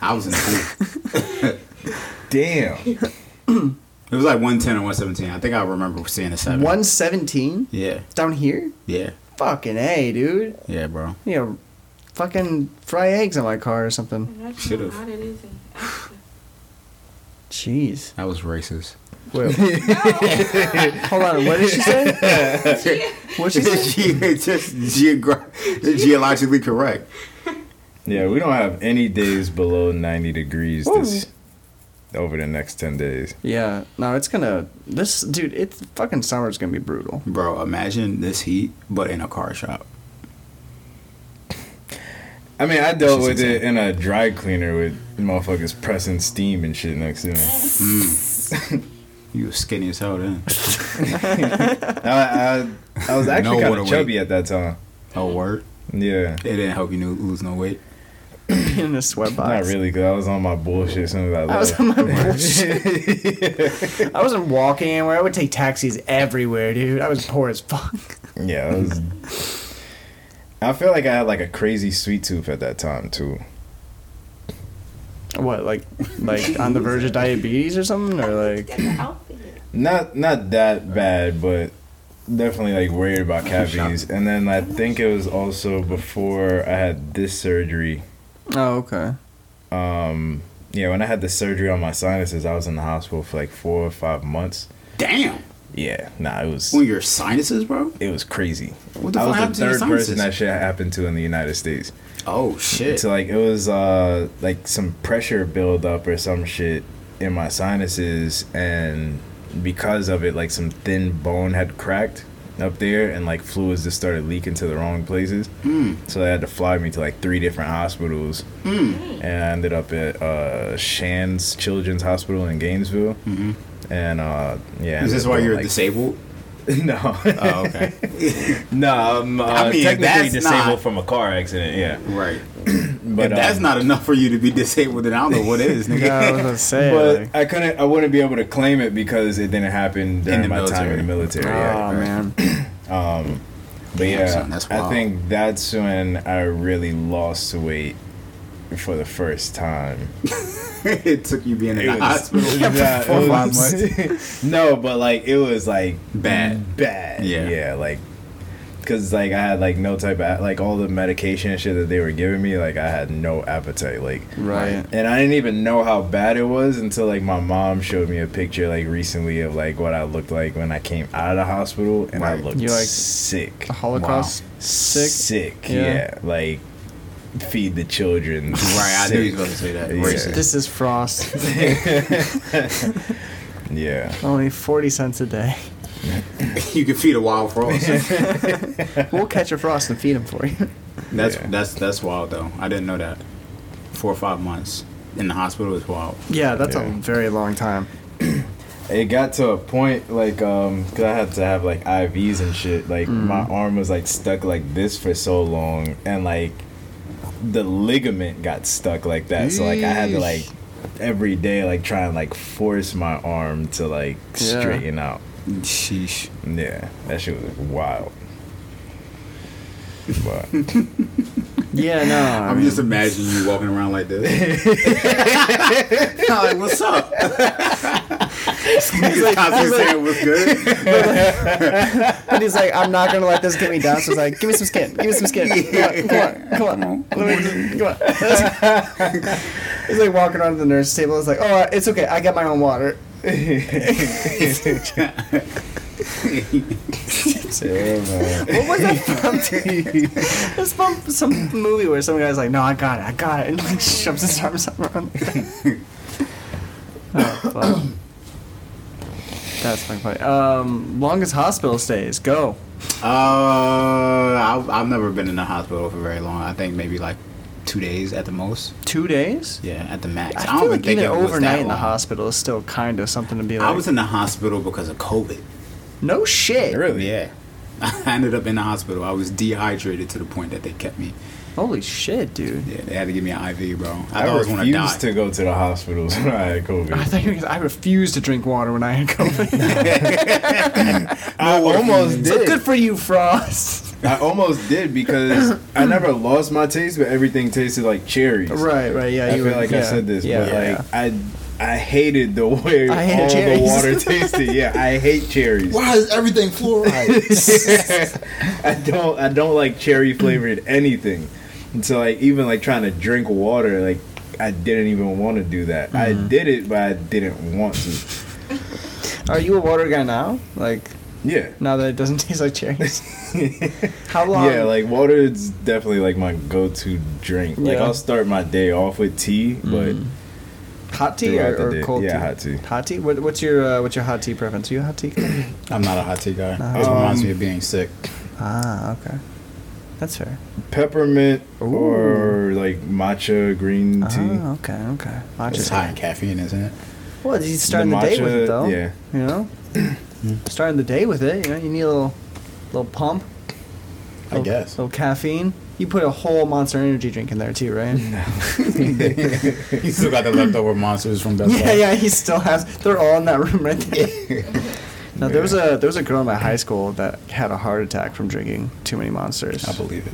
[SPEAKER 1] I was in the pool.
[SPEAKER 3] Damn.
[SPEAKER 1] It was like 110 or 117. I think I remember seeing a seven.
[SPEAKER 2] 117
[SPEAKER 1] Yeah,
[SPEAKER 2] down here.
[SPEAKER 1] yeah,
[SPEAKER 2] Fucking a, dude.
[SPEAKER 1] yeah, bro.
[SPEAKER 2] you know, fucking fry eggs in my car or something.
[SPEAKER 4] That's
[SPEAKER 1] Should've.
[SPEAKER 4] how hot it is in Africa.
[SPEAKER 2] Jeez.
[SPEAKER 1] That was racist. [LAUGHS]
[SPEAKER 2] Wait, hold on. What did she say?
[SPEAKER 1] [LAUGHS]
[SPEAKER 2] What she say? [LAUGHS]
[SPEAKER 1] It's just geogra- geologically correct.
[SPEAKER 3] Yeah, we don't have any days below 90 degrees this over the next 10 days.
[SPEAKER 2] Yeah. No, it's gonna. This dude. It's fucking summer's gonna be brutal. [LAUGHS]
[SPEAKER 1] Bro, imagine this heat, but in a car shop.
[SPEAKER 3] I mean, I dealt
[SPEAKER 1] That's
[SPEAKER 3] with
[SPEAKER 1] just
[SPEAKER 3] it in a dry cleaner with motherfuckers pressing steam and shit next to me.
[SPEAKER 1] You was skinny as hell then.
[SPEAKER 3] I, I, I was
[SPEAKER 1] [LAUGHS]
[SPEAKER 3] actually
[SPEAKER 1] No
[SPEAKER 3] kind
[SPEAKER 1] water
[SPEAKER 3] of
[SPEAKER 1] weight.
[SPEAKER 3] chubby at that time.
[SPEAKER 1] Oh, word.
[SPEAKER 3] Yeah.
[SPEAKER 1] It didn't help you lo- lose no weight.
[SPEAKER 2] In a sweatbox.
[SPEAKER 3] Not really, because I was on my bullshit as soon as I left.
[SPEAKER 2] I was on my bullshit. I wasn't walking anywhere. I would take taxis everywhere, dude. I was poor as fuck.
[SPEAKER 3] yeah, I was.
[SPEAKER 1] [LAUGHS]
[SPEAKER 3] I feel like I had like a crazy sweet tooth at that time too.
[SPEAKER 2] What, like, like on the verge of diabetes or something, or like?
[SPEAKER 4] That's an outfit.
[SPEAKER 3] Not not that bad, but definitely like
[SPEAKER 1] [LAUGHS]
[SPEAKER 3] worried about cavities. And then I think it was also before I had this surgery.
[SPEAKER 2] Oh, okay.
[SPEAKER 3] Um, yeah, when I had the surgery on my sinuses, I was in the hospital for like four or five months.
[SPEAKER 1] Damn.
[SPEAKER 3] Yeah, nah, it was
[SPEAKER 1] On your sinuses, bro?
[SPEAKER 3] it was crazy.
[SPEAKER 1] What the
[SPEAKER 3] I
[SPEAKER 1] fuck
[SPEAKER 3] was
[SPEAKER 1] happened to
[SPEAKER 3] the
[SPEAKER 1] your
[SPEAKER 3] third person
[SPEAKER 1] sinuses?
[SPEAKER 3] that shit happened to in the United States.
[SPEAKER 1] Oh, shit.
[SPEAKER 3] So like it was uh like some pressure buildup or some shit in my sinuses and because of it like some thin bone had cracked up there and like fluids just started leaking to the wrong places.
[SPEAKER 1] Hmm.
[SPEAKER 3] So they had to fly me to like three different hospitals. And I ended up at uh Shands Children's Hospital in Gainesville. And uh yeah.
[SPEAKER 1] Mm-hmm. Is this
[SPEAKER 3] ended
[SPEAKER 1] why
[SPEAKER 3] up
[SPEAKER 1] you're
[SPEAKER 3] like-
[SPEAKER 1] disabled?
[SPEAKER 3] [LAUGHS] No.
[SPEAKER 1] Oh, okay.
[SPEAKER 3] [LAUGHS] no, I'm uh,
[SPEAKER 1] I mean,
[SPEAKER 3] technically
[SPEAKER 1] that's
[SPEAKER 3] disabled
[SPEAKER 1] not-
[SPEAKER 3] from a car accident, yeah. [LAUGHS]
[SPEAKER 1] right.
[SPEAKER 3] But
[SPEAKER 1] if that's
[SPEAKER 3] um,
[SPEAKER 1] not enough for you to be disabled, then I don't know what it is, nigga.
[SPEAKER 2] [LAUGHS] Yeah, I was gonna say. like-
[SPEAKER 3] But I couldn't. I wouldn't be able to claim it because it didn't happen during
[SPEAKER 1] the
[SPEAKER 3] my time in the military.
[SPEAKER 2] oh
[SPEAKER 3] yeah.
[SPEAKER 2] man.
[SPEAKER 3] But
[SPEAKER 1] Damn,
[SPEAKER 3] yeah,
[SPEAKER 1] son, that's
[SPEAKER 3] I
[SPEAKER 1] wild.
[SPEAKER 3] think that's when I really lost weight for the first time.
[SPEAKER 1] [LAUGHS] it took you being in
[SPEAKER 3] It
[SPEAKER 1] the
[SPEAKER 3] was-
[SPEAKER 1] hospital.
[SPEAKER 3] [LAUGHS] yeah,
[SPEAKER 1] for
[SPEAKER 3] it
[SPEAKER 1] five
[SPEAKER 3] was- [LAUGHS] no, but like it was like
[SPEAKER 1] Bad.
[SPEAKER 3] bad.
[SPEAKER 1] Yeah.
[SPEAKER 3] yeah, like because like I had like no type of like all the medication and shit that they were giving me. Like I had no appetite. Like
[SPEAKER 2] Right.
[SPEAKER 3] And I didn't even know how bad it was until like my mom showed me a picture like recently of like what I looked like when I came out of the hospital and I
[SPEAKER 1] Right.
[SPEAKER 3] looked
[SPEAKER 2] You, like,
[SPEAKER 3] sick.
[SPEAKER 2] Holocaust sick.
[SPEAKER 3] Sick,
[SPEAKER 2] Yeah.
[SPEAKER 3] yeah. Like feed the children.
[SPEAKER 1] Right, I knew you
[SPEAKER 3] sick.
[SPEAKER 1] were going to say that.
[SPEAKER 3] Yeah.
[SPEAKER 1] Racist.
[SPEAKER 2] This is Frost.
[SPEAKER 3] Yeah.
[SPEAKER 2] Only 40 cents a day.
[SPEAKER 1] [LAUGHS] you can feed a wild
[SPEAKER 3] [LAUGHS]
[SPEAKER 1] frog.
[SPEAKER 2] [LAUGHS] We'll catch a Frost and feed him for you.
[SPEAKER 1] That's
[SPEAKER 3] Yeah.
[SPEAKER 1] that's that's wild though. I didn't know that. Four or five months in the hospital is wild.
[SPEAKER 2] Yeah, that's a
[SPEAKER 3] Yeah.
[SPEAKER 2] very long time.
[SPEAKER 3] It got to a point like um 'cause I had to have like IVs and shit. Like
[SPEAKER 2] Mm-hmm.
[SPEAKER 3] my arm was like stuck like this for so long and like the ligament got stuck like that. So like I had to like every day like try and like force my arm to like
[SPEAKER 2] Yeah.
[SPEAKER 3] straighten out.
[SPEAKER 1] Sheesh.
[SPEAKER 3] Yeah. That shit was wild.
[SPEAKER 2] [LAUGHS]
[SPEAKER 3] But
[SPEAKER 2] Yeah, no. I
[SPEAKER 1] I'm
[SPEAKER 2] mean,
[SPEAKER 1] just imagining [LAUGHS] you walking around like this. I'm like, what's up? Niggas constantly saying what's [LAUGHS] good.
[SPEAKER 2] But [LAUGHS] he's like, I'm not gonna let this get me down. So he's like, give me some skin, give me some skin. Come on, come on, [LAUGHS] come on. Let me just, come on. [LAUGHS] he's like walking around to the nurse's table. It's like, oh, it's okay. I got my own water.
[SPEAKER 3] Yeah,
[SPEAKER 2] What was [LAUGHS] that from? it's from some movie where some guy's like, no, I got it, I got it, [LAUGHS] and like shoves his arms up around. Like that. [LAUGHS] oh, fuck. That's fucking funny. Um, longest hospital stays. Go.
[SPEAKER 1] Uh, I've, I've never been in the hospital for very long. I think maybe like two days at the most.
[SPEAKER 2] Two days.
[SPEAKER 1] Yeah, at the max.
[SPEAKER 2] I,
[SPEAKER 1] don't
[SPEAKER 2] feel
[SPEAKER 1] even
[SPEAKER 2] like
[SPEAKER 1] think
[SPEAKER 2] even
[SPEAKER 1] it was that
[SPEAKER 2] overnight in the
[SPEAKER 1] long.
[SPEAKER 2] hospital is still kind of something to be like.
[SPEAKER 1] I was in the hospital because of COVID.
[SPEAKER 2] no shit.
[SPEAKER 3] really?
[SPEAKER 1] Yeah. [LAUGHS] I ended up in the hospital. I was dehydrated to the point that they kept me.
[SPEAKER 2] Holy shit, dude.
[SPEAKER 1] Yeah, they had to give me an IV, bro. I, thought
[SPEAKER 3] I,
[SPEAKER 1] I was gonna die.
[SPEAKER 3] refused to go to the hospitals [LAUGHS] when I had
[SPEAKER 2] I
[SPEAKER 3] COVID.
[SPEAKER 2] thought you were gonna- I refused to drink water when I had [LAUGHS] COVID.
[SPEAKER 3] I almost
[SPEAKER 2] so
[SPEAKER 3] did.
[SPEAKER 2] good for you, Frost.
[SPEAKER 3] I almost did because
[SPEAKER 2] [COUGHS]
[SPEAKER 3] I never lost my taste, but everything tasted like cherries.
[SPEAKER 2] [LAUGHS] right, right, yeah.
[SPEAKER 3] I
[SPEAKER 2] you
[SPEAKER 3] feel
[SPEAKER 2] were-
[SPEAKER 3] like I
[SPEAKER 2] yeah,
[SPEAKER 3] said this,
[SPEAKER 2] yeah,
[SPEAKER 3] but
[SPEAKER 2] yeah.
[SPEAKER 3] like I, I hated the way
[SPEAKER 2] I hated
[SPEAKER 3] all
[SPEAKER 2] cherries.
[SPEAKER 3] the water tasted. Yeah, I hate cherries.
[SPEAKER 5] Why is everything fluoride?
[SPEAKER 3] [LAUGHS] I don't, I don't like cherry flavored anything. And so like even like trying to drink water, like I didn't even want to do that.
[SPEAKER 2] Mm-hmm.
[SPEAKER 3] I did it, but I didn't want to.
[SPEAKER 2] Are you a water guy now? Like
[SPEAKER 3] Yeah.
[SPEAKER 2] now that it doesn't [LAUGHS] taste like
[SPEAKER 3] [LAUGHS]
[SPEAKER 2] cherries. How long?
[SPEAKER 3] Yeah, like water is definitely like my go-to drink. Like
[SPEAKER 2] Yeah.
[SPEAKER 3] I'll start my day off with tea, but
[SPEAKER 2] hot tea or,
[SPEAKER 3] throughout the
[SPEAKER 2] or
[SPEAKER 3] day.
[SPEAKER 2] cold
[SPEAKER 3] Yeah,
[SPEAKER 2] tea?
[SPEAKER 3] hot tea.
[SPEAKER 2] Hot tea. What, what's your uh, what's your hot tea preference? Are you a hot tea? [COUGHS] guy?
[SPEAKER 1] I'm not a hot tea guy. it reminds
[SPEAKER 3] Um,
[SPEAKER 1] me of being sick.
[SPEAKER 2] ah, okay. That's fair.
[SPEAKER 3] peppermint or like matcha green tea.
[SPEAKER 2] Ah, okay, okay.
[SPEAKER 1] It's
[SPEAKER 2] Matcha's
[SPEAKER 1] high in caffeine, isn't it? [LAUGHS]
[SPEAKER 2] Well, you starting the, day with it though.
[SPEAKER 3] Yeah. Mm-hmm.
[SPEAKER 2] You know, starting the day with it. You know, you need a little little pump.
[SPEAKER 1] I
[SPEAKER 2] Little-
[SPEAKER 1] guess.
[SPEAKER 2] Little caffeine. You put a whole Monster Energy drink in there too,
[SPEAKER 3] [LAUGHS]
[SPEAKER 2] right?
[SPEAKER 1] You still got the leftover monsters from Best
[SPEAKER 2] Yeah,
[SPEAKER 1] Buy.
[SPEAKER 2] yeah, he still has. They're all in that room right there.
[SPEAKER 1] [LAUGHS]
[SPEAKER 2] No, there was a there was a girl in my high school that had a heart attack from drinking too many monsters.
[SPEAKER 1] I believe it.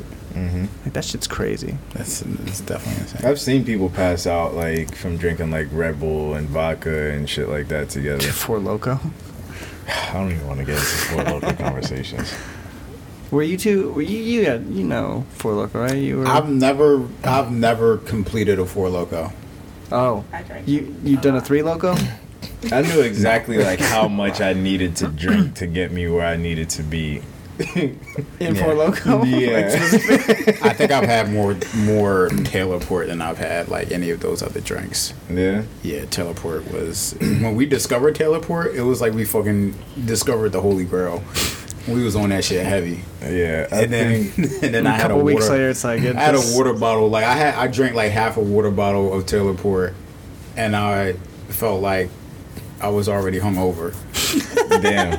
[SPEAKER 2] Like, that shit's crazy.
[SPEAKER 1] That's, that's definitely insane.
[SPEAKER 3] Mm-hmm. I've seen people pass out like from drinking like Red Bull and vodka and shit like
[SPEAKER 2] [LAUGHS]
[SPEAKER 3] that together.
[SPEAKER 2] Four Loco.
[SPEAKER 3] I don't even want to get into four local conversations.
[SPEAKER 2] Were you two? Were you you had you know Four Loco right? You were.
[SPEAKER 1] I've never, I've never completed a four loco.
[SPEAKER 2] oh,
[SPEAKER 4] I drank
[SPEAKER 2] you you've done a
[SPEAKER 1] [LAUGHS]
[SPEAKER 2] Three Loco?
[SPEAKER 3] I knew exactly like how much I needed to drink to get me where I needed to be.
[SPEAKER 2] In Four
[SPEAKER 1] [LAUGHS]
[SPEAKER 2] Loco?
[SPEAKER 3] Yeah.
[SPEAKER 1] I think I've had more, more Taylor Port than I've had like any of those other drinks.
[SPEAKER 3] [LAUGHS] yeah.
[SPEAKER 1] Yeah, teleport was [CLEARS THROAT] when we discovered teleport. It was like we fucking discovered the holy grail. We was on that shit heavy,
[SPEAKER 3] Yeah. I
[SPEAKER 1] and then [LAUGHS]
[SPEAKER 3] think-
[SPEAKER 1] and then
[SPEAKER 2] a
[SPEAKER 1] I had a
[SPEAKER 2] couple
[SPEAKER 1] water.
[SPEAKER 2] weeks later, it's like it
[SPEAKER 1] I had a
[SPEAKER 2] just-
[SPEAKER 1] water bottle. Like I had, I drank like half a water bottle of teleport, and I felt like I was already hungover.
[SPEAKER 3] damn.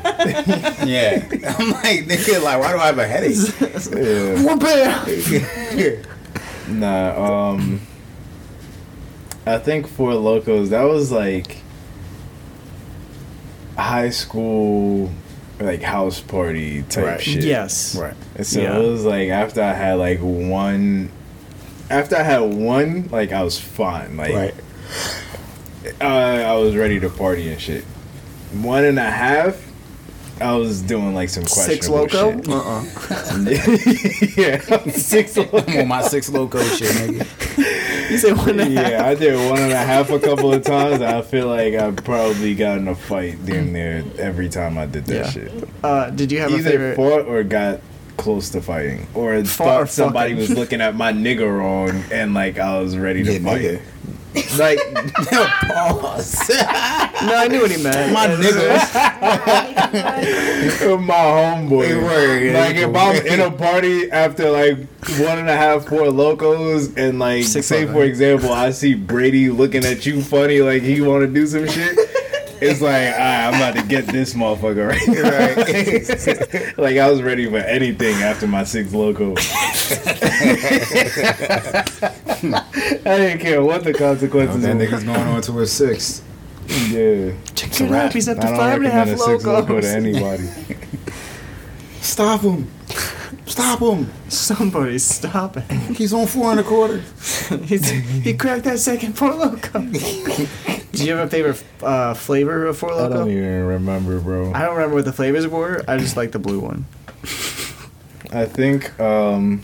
[SPEAKER 1] Yeah, [LAUGHS] I'm like nigga, like why do I have a [LAUGHS] headache?
[SPEAKER 2] [LAUGHS]
[SPEAKER 3] Yeah.
[SPEAKER 2] Whoop it!
[SPEAKER 3] Nah, um I think for locos that was like high school like house party type
[SPEAKER 1] Right.
[SPEAKER 3] shit.
[SPEAKER 2] Yes.
[SPEAKER 1] right.
[SPEAKER 3] And so
[SPEAKER 2] Yeah.
[SPEAKER 3] it was like after I had like one after I had one, like I was fine. Like
[SPEAKER 1] Right.
[SPEAKER 3] uh, I was ready to party and shit. One and a half, I was doing like some
[SPEAKER 2] Six
[SPEAKER 3] questionable
[SPEAKER 2] Loco?
[SPEAKER 3] shit.
[SPEAKER 2] Uh uh
[SPEAKER 3] [LAUGHS] yeah, [LAUGHS] six loco.
[SPEAKER 1] I'm on my six loco shit, nigga.
[SPEAKER 2] You said
[SPEAKER 1] [LAUGHS]
[SPEAKER 2] one and a half.
[SPEAKER 3] yeah, I did one and a half a couple of times. I feel like I probably got in a fight damn near every time I did that
[SPEAKER 2] Yeah.
[SPEAKER 3] shit.
[SPEAKER 2] Uh, did you have a
[SPEAKER 3] Either
[SPEAKER 2] favorite?
[SPEAKER 3] fought or got close to fighting, or
[SPEAKER 2] Fought
[SPEAKER 3] thought
[SPEAKER 2] or
[SPEAKER 3] somebody
[SPEAKER 2] fucking. [LAUGHS]
[SPEAKER 3] was looking at my nigga wrong, and like I was ready to
[SPEAKER 1] Yeah,
[SPEAKER 3] fight.
[SPEAKER 1] nigga. [LAUGHS]
[SPEAKER 3] Like,
[SPEAKER 1] Pause.
[SPEAKER 2] No, I knew what he meant.
[SPEAKER 1] [LAUGHS] My nigga.
[SPEAKER 3] with [LAUGHS] my homeboy.
[SPEAKER 1] It worked, yeah,
[SPEAKER 3] like
[SPEAKER 1] it
[SPEAKER 3] if I'm
[SPEAKER 1] worked.
[SPEAKER 2] [LAUGHS]
[SPEAKER 3] in a party after like one and a half, four locos, and like
[SPEAKER 2] Six
[SPEAKER 3] say
[SPEAKER 2] of
[SPEAKER 3] for
[SPEAKER 2] them.
[SPEAKER 3] example, I see Brady looking at you funny, like he want to do some shit. It's like all right, I'm about to get this motherfucker right. here. [LAUGHS] like I was ready for anything after my
[SPEAKER 2] [LAUGHS]
[SPEAKER 3] six loco. I didn't care what the consequences.
[SPEAKER 1] That
[SPEAKER 3] were.
[SPEAKER 1] nigga's going on to his sixth.
[SPEAKER 3] Yeah,
[SPEAKER 2] Check
[SPEAKER 1] a
[SPEAKER 2] it
[SPEAKER 1] wrap.
[SPEAKER 2] up. He's up
[SPEAKER 3] I
[SPEAKER 2] to
[SPEAKER 3] don't
[SPEAKER 2] five and a half
[SPEAKER 3] recommend a six loco to
[SPEAKER 2] locos.
[SPEAKER 3] anybody.
[SPEAKER 1] Stop him. Stop him.
[SPEAKER 2] [LAUGHS] Somebody stop it. [LAUGHS]
[SPEAKER 1] He's on four and a quarter.
[SPEAKER 2] He's, he cracked that second Four Loco. Do you have a favorite uh, flavor of Four
[SPEAKER 3] I
[SPEAKER 2] Loko?
[SPEAKER 3] don't even remember, bro.
[SPEAKER 2] I don't remember what the flavors were. I just like the blue one.
[SPEAKER 3] I think um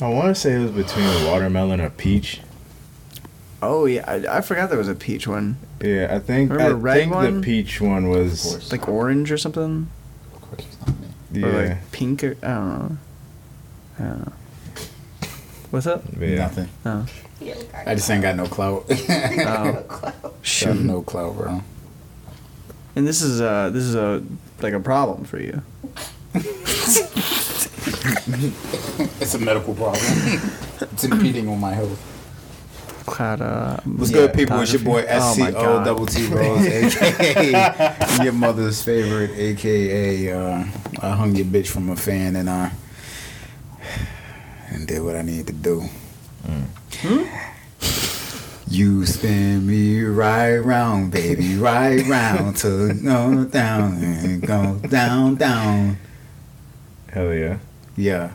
[SPEAKER 3] I want to say it was between a watermelon and a peach.
[SPEAKER 2] Oh yeah, I, I forgot there was a peach one,
[SPEAKER 3] Yeah, I think
[SPEAKER 2] Remember the
[SPEAKER 3] I
[SPEAKER 2] red
[SPEAKER 3] think
[SPEAKER 2] one?
[SPEAKER 3] the peach one
[SPEAKER 5] Of
[SPEAKER 3] was
[SPEAKER 5] course.
[SPEAKER 2] like orange or something,
[SPEAKER 5] of course it's not me.
[SPEAKER 3] yeah.
[SPEAKER 2] or like pink or I don't know. I don't know. What's up?
[SPEAKER 3] yeah.
[SPEAKER 1] Nothing.
[SPEAKER 3] [LAUGHS]
[SPEAKER 2] Oh,
[SPEAKER 1] I just ain't got no clout. [LAUGHS]
[SPEAKER 2] Oh.
[SPEAKER 1] Got
[SPEAKER 2] shoot.
[SPEAKER 1] no clout, bro.
[SPEAKER 2] And this is uh this is a like a problem for you.
[SPEAKER 1] It's a medical problem. [LAUGHS] it's impeding on my health.
[SPEAKER 2] Cloud. Uh,
[SPEAKER 1] What's
[SPEAKER 2] yeah,
[SPEAKER 1] good, people? It's your boy
[SPEAKER 2] photography. Oh, my
[SPEAKER 1] SCO
[SPEAKER 2] God.
[SPEAKER 1] Double T
[SPEAKER 2] [LAUGHS]
[SPEAKER 1] Rose, aka your mother's favorite, aka uh, I hung your bitch from a fan and I and did what I needed to do.
[SPEAKER 2] Mm. Hmm?
[SPEAKER 1] You spin me right round, baby, right round to go down and go down, down.
[SPEAKER 3] Hell yeah.
[SPEAKER 1] Yeah.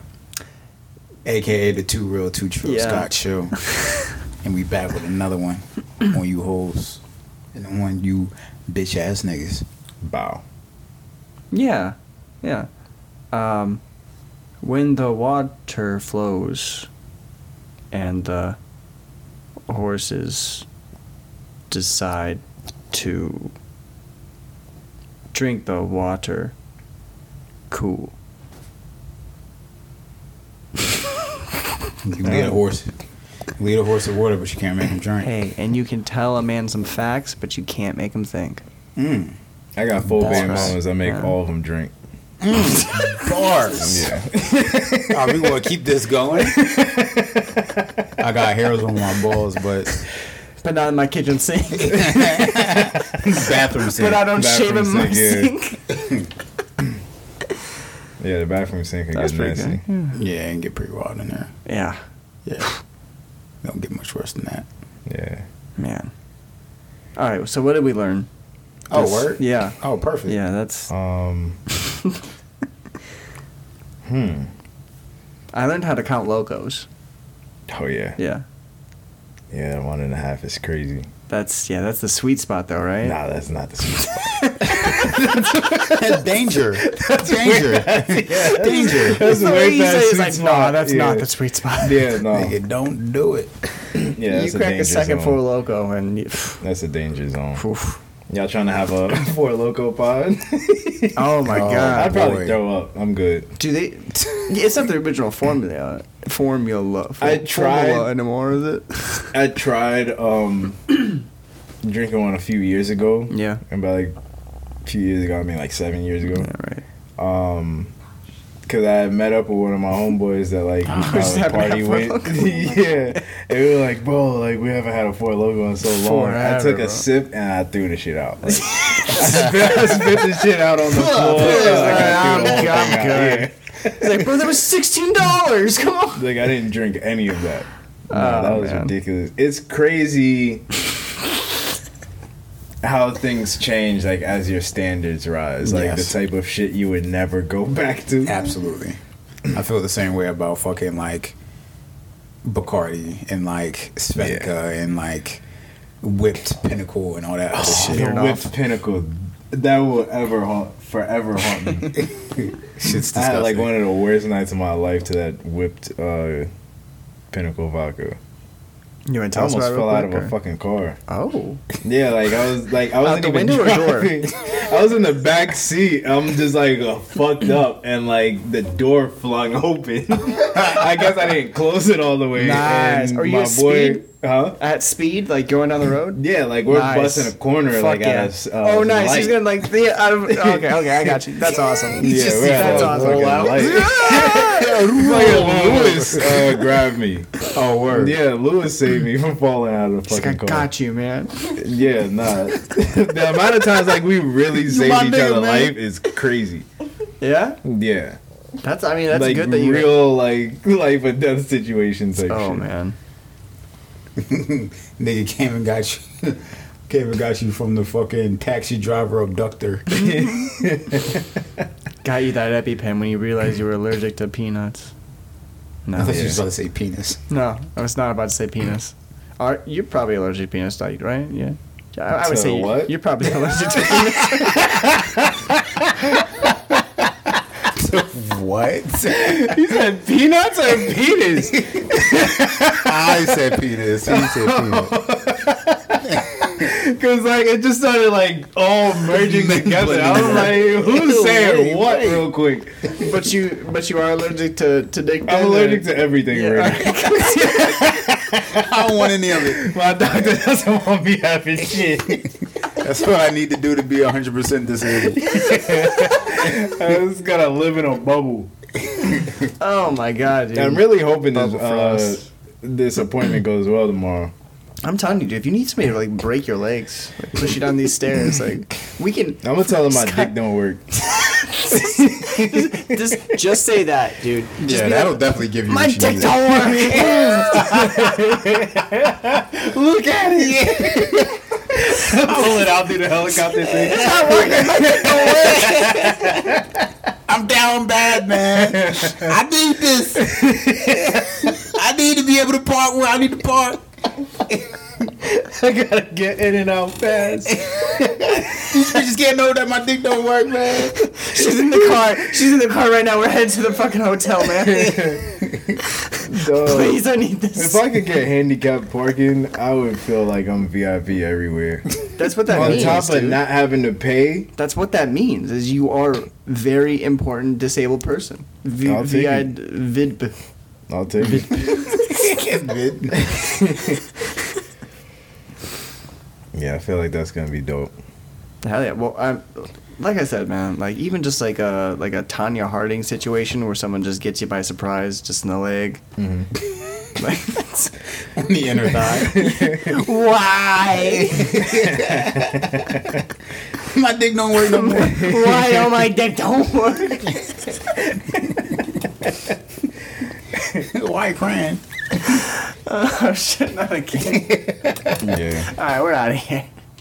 [SPEAKER 1] AKA the two real, two true
[SPEAKER 2] Yeah.
[SPEAKER 1] Scott [LAUGHS] show. and we back with another one on you hoes and on you bitch ass niggas.
[SPEAKER 3] Bow.
[SPEAKER 2] Yeah, yeah. Um, when the water flows, and the horses decide to drink the water, cool.
[SPEAKER 1] You can lead a horse. Lead a horse to water, but you can't make him drink.
[SPEAKER 2] Hey, and you can tell a man some facts, but you can't make him think.
[SPEAKER 1] Mm.
[SPEAKER 3] I got four
[SPEAKER 2] Bars.
[SPEAKER 3] baby mamas. I make
[SPEAKER 2] Yeah.
[SPEAKER 3] all of them drink.
[SPEAKER 1] Bars.
[SPEAKER 3] Yeah.
[SPEAKER 1] Are we gonna keep this
[SPEAKER 3] [LAUGHS]
[SPEAKER 1] going? I got hairs on my balls, but
[SPEAKER 2] But not in my kitchen sink.
[SPEAKER 1] [LAUGHS] bathroom sink.
[SPEAKER 2] but I don't
[SPEAKER 3] Bathroom
[SPEAKER 2] shave in my
[SPEAKER 3] sink,
[SPEAKER 2] sink.
[SPEAKER 3] Yeah, the bathroom sink can
[SPEAKER 2] That's
[SPEAKER 3] get
[SPEAKER 2] pretty
[SPEAKER 3] nasty.
[SPEAKER 2] good. Yeah.
[SPEAKER 1] Yeah, and get pretty wild in there.
[SPEAKER 2] yeah,
[SPEAKER 1] Yeah, don't get much worse than that.
[SPEAKER 3] Yeah.
[SPEAKER 2] man. All right, so what did we learn?
[SPEAKER 1] Oh,
[SPEAKER 2] This-
[SPEAKER 1] word.
[SPEAKER 2] Yeah.
[SPEAKER 1] Oh, perfect.
[SPEAKER 2] Yeah, that's. [LAUGHS]
[SPEAKER 3] Um. hmm.
[SPEAKER 2] I learned how to count locos.
[SPEAKER 3] Oh yeah.
[SPEAKER 2] Yeah,
[SPEAKER 3] Yeah, that one and a half is crazy.
[SPEAKER 2] that's yeah, that's the sweet spot though, right?
[SPEAKER 3] Nah, that's not
[SPEAKER 2] [LAUGHS]
[SPEAKER 3] the sweet spot.
[SPEAKER 1] [LAUGHS] [LAUGHS] danger, danger,
[SPEAKER 2] [LAUGHS]
[SPEAKER 1] danger.
[SPEAKER 3] That's
[SPEAKER 2] the way you say it's
[SPEAKER 3] sweet
[SPEAKER 2] like, nah, that's
[SPEAKER 3] yeah.
[SPEAKER 2] not the sweet spot.
[SPEAKER 3] Yeah,
[SPEAKER 2] [LAUGHS]
[SPEAKER 3] no.
[SPEAKER 1] Nigga, don't do it.
[SPEAKER 3] Yeah,
[SPEAKER 2] you
[SPEAKER 3] that's
[SPEAKER 2] crack a,
[SPEAKER 3] danger
[SPEAKER 2] second
[SPEAKER 3] zone.
[SPEAKER 2] four loco and
[SPEAKER 3] [LAUGHS]
[SPEAKER 2] you,
[SPEAKER 3] That's a danger
[SPEAKER 2] [LAUGHS]
[SPEAKER 3] zone.
[SPEAKER 2] oof.
[SPEAKER 3] Y'all trying to have a [LAUGHS] four loco pod?
[SPEAKER 2] oh my
[SPEAKER 1] Oh.
[SPEAKER 3] I'd
[SPEAKER 2] god,
[SPEAKER 3] probably
[SPEAKER 1] boy.
[SPEAKER 3] throw up. I'm good.
[SPEAKER 2] do they? [LAUGHS] It's not the original formula. Formula.
[SPEAKER 3] I tried-
[SPEAKER 2] formula anymore, is
[SPEAKER 3] [LAUGHS]
[SPEAKER 2] it?
[SPEAKER 3] I tried um [CLEARS THROAT] drinking one a few years ago.
[SPEAKER 2] Yeah.
[SPEAKER 3] And by like a few years ago, I mean like seven years ago.
[SPEAKER 2] Yeah, [LAUGHS] right.
[SPEAKER 3] um because I had met up with one of my homeboys that
[SPEAKER 2] [LAUGHS]
[SPEAKER 3] like we
[SPEAKER 2] just haven't
[SPEAKER 3] probably party
[SPEAKER 2] had Four
[SPEAKER 3] with.
[SPEAKER 2] Loko.
[SPEAKER 3] [LAUGHS] yeah, and we were like, bro, like we haven't had a four logo in so long. I
[SPEAKER 2] Forever,
[SPEAKER 3] took a
[SPEAKER 2] bro.
[SPEAKER 3] sip and I threw the shit out.
[SPEAKER 2] [LAUGHS]
[SPEAKER 3] Like, I, spit, I spit the shit out on the floor. Like, I threw the whole
[SPEAKER 2] I'm-
[SPEAKER 3] thing
[SPEAKER 2] I'm
[SPEAKER 3] out.
[SPEAKER 2] good.
[SPEAKER 3] Yeah.
[SPEAKER 2] It's like, bro, that was sixteen dollars. Come on.
[SPEAKER 3] Like I didn't drink any of that. No,
[SPEAKER 2] Oh,
[SPEAKER 3] that was
[SPEAKER 2] man.
[SPEAKER 3] ridiculous. It's crazy how things change like as your standards rise. Like
[SPEAKER 1] Yes.
[SPEAKER 3] the type of shit you would never go [LAUGHS] back to.
[SPEAKER 1] Absolutely. I feel the same way about fucking like Bacardi and like Svedka and like whipped pinnacle and all that other
[SPEAKER 5] Oh,
[SPEAKER 1] shit.
[SPEAKER 3] The whipped pinnacle. That will ever haunt, forever haunt me.
[SPEAKER 1] [LAUGHS]
[SPEAKER 2] [LAUGHS]
[SPEAKER 1] Shit's
[SPEAKER 3] I had
[SPEAKER 1] disgusting.
[SPEAKER 3] like one of the worst nights of my life to that whipped uh, pinnacle vodka.
[SPEAKER 2] You want to
[SPEAKER 3] I
[SPEAKER 2] tell us about
[SPEAKER 3] almost
[SPEAKER 2] it?
[SPEAKER 3] fell
[SPEAKER 2] real
[SPEAKER 3] out of
[SPEAKER 2] quick,
[SPEAKER 3] a fucking car.
[SPEAKER 2] or- Oh.
[SPEAKER 3] Yeah, like I was like I wasn't
[SPEAKER 2] the
[SPEAKER 3] even
[SPEAKER 2] window or door?
[SPEAKER 3] driving. [LAUGHS] I was in the back seat. I'm just like uh, fucked up, and like the door flung open. [LAUGHS] I guess I didn't close it all the way.
[SPEAKER 2] Nice.
[SPEAKER 3] and
[SPEAKER 2] Are you
[SPEAKER 3] my
[SPEAKER 2] at speed?
[SPEAKER 3] Huh?
[SPEAKER 2] At speed, like going down the
[SPEAKER 3] [LAUGHS]
[SPEAKER 2] road.
[SPEAKER 3] Yeah, like we're
[SPEAKER 2] Nice.
[SPEAKER 3] busting a corner.
[SPEAKER 2] Fuck
[SPEAKER 3] like at
[SPEAKER 2] yeah.
[SPEAKER 3] a s- uh,
[SPEAKER 2] oh, nice. He's
[SPEAKER 3] light.
[SPEAKER 2] gonna like the. I
[SPEAKER 3] [LAUGHS]
[SPEAKER 2] don't- okay, okay, I got you. That's awesome.
[SPEAKER 3] Yeah,
[SPEAKER 2] Just-
[SPEAKER 3] we're at
[SPEAKER 2] that's
[SPEAKER 3] a
[SPEAKER 2] awesome.
[SPEAKER 3] fucking [LAUGHS] light. Fucking Lewis uh, grabbed me.
[SPEAKER 1] oh word.
[SPEAKER 3] Yeah, Lewis saved me from falling out of the
[SPEAKER 2] He's
[SPEAKER 3] fucking
[SPEAKER 2] like, I
[SPEAKER 3] car.
[SPEAKER 2] got you, man. [LAUGHS]
[SPEAKER 3] Yeah, nah. the amount of times like we really
[SPEAKER 2] my
[SPEAKER 3] saved each
[SPEAKER 2] nigga,
[SPEAKER 3] other
[SPEAKER 2] man.
[SPEAKER 3] life is crazy.
[SPEAKER 2] Yeah,
[SPEAKER 3] Yeah,
[SPEAKER 2] that's. I mean, that's
[SPEAKER 3] like
[SPEAKER 2] good that you.
[SPEAKER 3] real like [LAUGHS] life or death situations. Like
[SPEAKER 2] oh
[SPEAKER 3] shit. [LAUGHS]
[SPEAKER 2] man.
[SPEAKER 1] [LAUGHS] Nigga came and got you [LAUGHS] came and got you from the fucking taxi
[SPEAKER 5] [LAUGHS]
[SPEAKER 1] driver abductor.
[SPEAKER 2] Got you that EpiPen when you realized you were allergic to peanuts.
[SPEAKER 1] I
[SPEAKER 2] No,
[SPEAKER 1] thought you were about to say penis.
[SPEAKER 2] no, I was not about to say penis. Are you're probably allergic to penis, dog, right? Yeah. I, I would
[SPEAKER 3] To
[SPEAKER 2] say you-
[SPEAKER 3] what?
[SPEAKER 2] you're
[SPEAKER 3] [LAUGHS]
[SPEAKER 2] probably allergic to penis.
[SPEAKER 1] [LAUGHS] What? he said peanuts or penis?
[SPEAKER 5] I said penis. He said penis.
[SPEAKER 1] Because like it just started like
[SPEAKER 2] [LAUGHS]
[SPEAKER 1] all merging together. I was like, who's saying what?
[SPEAKER 3] real quick?
[SPEAKER 2] But you but you are allergic to, to dick.
[SPEAKER 3] I'm allergic to everything
[SPEAKER 2] Yeah. [LAUGHS]
[SPEAKER 3] right now.
[SPEAKER 5] [LAUGHS] I don't want any of it.
[SPEAKER 3] My doctor doesn't want
[SPEAKER 2] [LAUGHS]
[SPEAKER 3] me having shit.
[SPEAKER 5] That's what I need to do to be 100% disabled.
[SPEAKER 3] I just gotta live in a bubble.
[SPEAKER 2] Oh my god, dude.
[SPEAKER 3] I'm really hoping this,
[SPEAKER 2] Bubble
[SPEAKER 3] uh,
[SPEAKER 2] frost.
[SPEAKER 3] this appointment goes well tomorrow.
[SPEAKER 2] I'm telling you, dude, if you need somebody to like break your legs, like push you down these stairs, like we can
[SPEAKER 3] I'm gonna tell them my
[SPEAKER 2] Scott-
[SPEAKER 3] dick don't
[SPEAKER 2] [LAUGHS]
[SPEAKER 3] work.
[SPEAKER 2] just just say that,
[SPEAKER 3] [LAUGHS]
[SPEAKER 2] dude. Just
[SPEAKER 5] yeah,
[SPEAKER 2] be
[SPEAKER 5] that'll
[SPEAKER 2] like,
[SPEAKER 5] definitely give you
[SPEAKER 2] my
[SPEAKER 5] what you
[SPEAKER 2] dick
[SPEAKER 5] need.
[SPEAKER 2] don't work. Look at it.
[SPEAKER 3] Pull it out through the [LAUGHS] helicopter thing.
[SPEAKER 5] I'm down bad, man. I need this. I need to be able to park where I need to park.
[SPEAKER 3] I gotta get in and out fast.
[SPEAKER 5] These bitches can't know that my dick don't work, man.
[SPEAKER 2] [LAUGHS] She's in the car. She's in the car right now. We're headed to the fucking hotel,
[SPEAKER 3] [LAUGHS]
[SPEAKER 2] man.
[SPEAKER 3] Dog.
[SPEAKER 2] [LAUGHS] Please, I need
[SPEAKER 3] If
[SPEAKER 2] this.
[SPEAKER 3] I could get handicapped parking, I would feel like I'm VIP everywhere.
[SPEAKER 2] That's what that
[SPEAKER 3] On
[SPEAKER 2] means.
[SPEAKER 3] top of
[SPEAKER 2] dude.
[SPEAKER 3] not having to pay,
[SPEAKER 2] That's what that means. Is you are very important disabled person. V-
[SPEAKER 3] I'll take
[SPEAKER 2] VI
[SPEAKER 3] it.
[SPEAKER 2] vid.
[SPEAKER 3] I'll take it. [LAUGHS] Yeah, I feel like that's gonna be dope.
[SPEAKER 2] Hell yeah. Well, I'm, like I said, man. Like even just like a like a Tanya Harding situation where someone just gets you by surprise, just in the leg. Like, that's-
[SPEAKER 1] Mm-hmm. [LAUGHS] On the inner thigh.
[SPEAKER 2] [LAUGHS] why?
[SPEAKER 1] My dick don't work no more.
[SPEAKER 2] Why? Oh my dick don't work.
[SPEAKER 1] Why you crying?
[SPEAKER 2] [LAUGHS] Oh shit! Not again.
[SPEAKER 3] Yeah.
[SPEAKER 2] All right, we're out of here.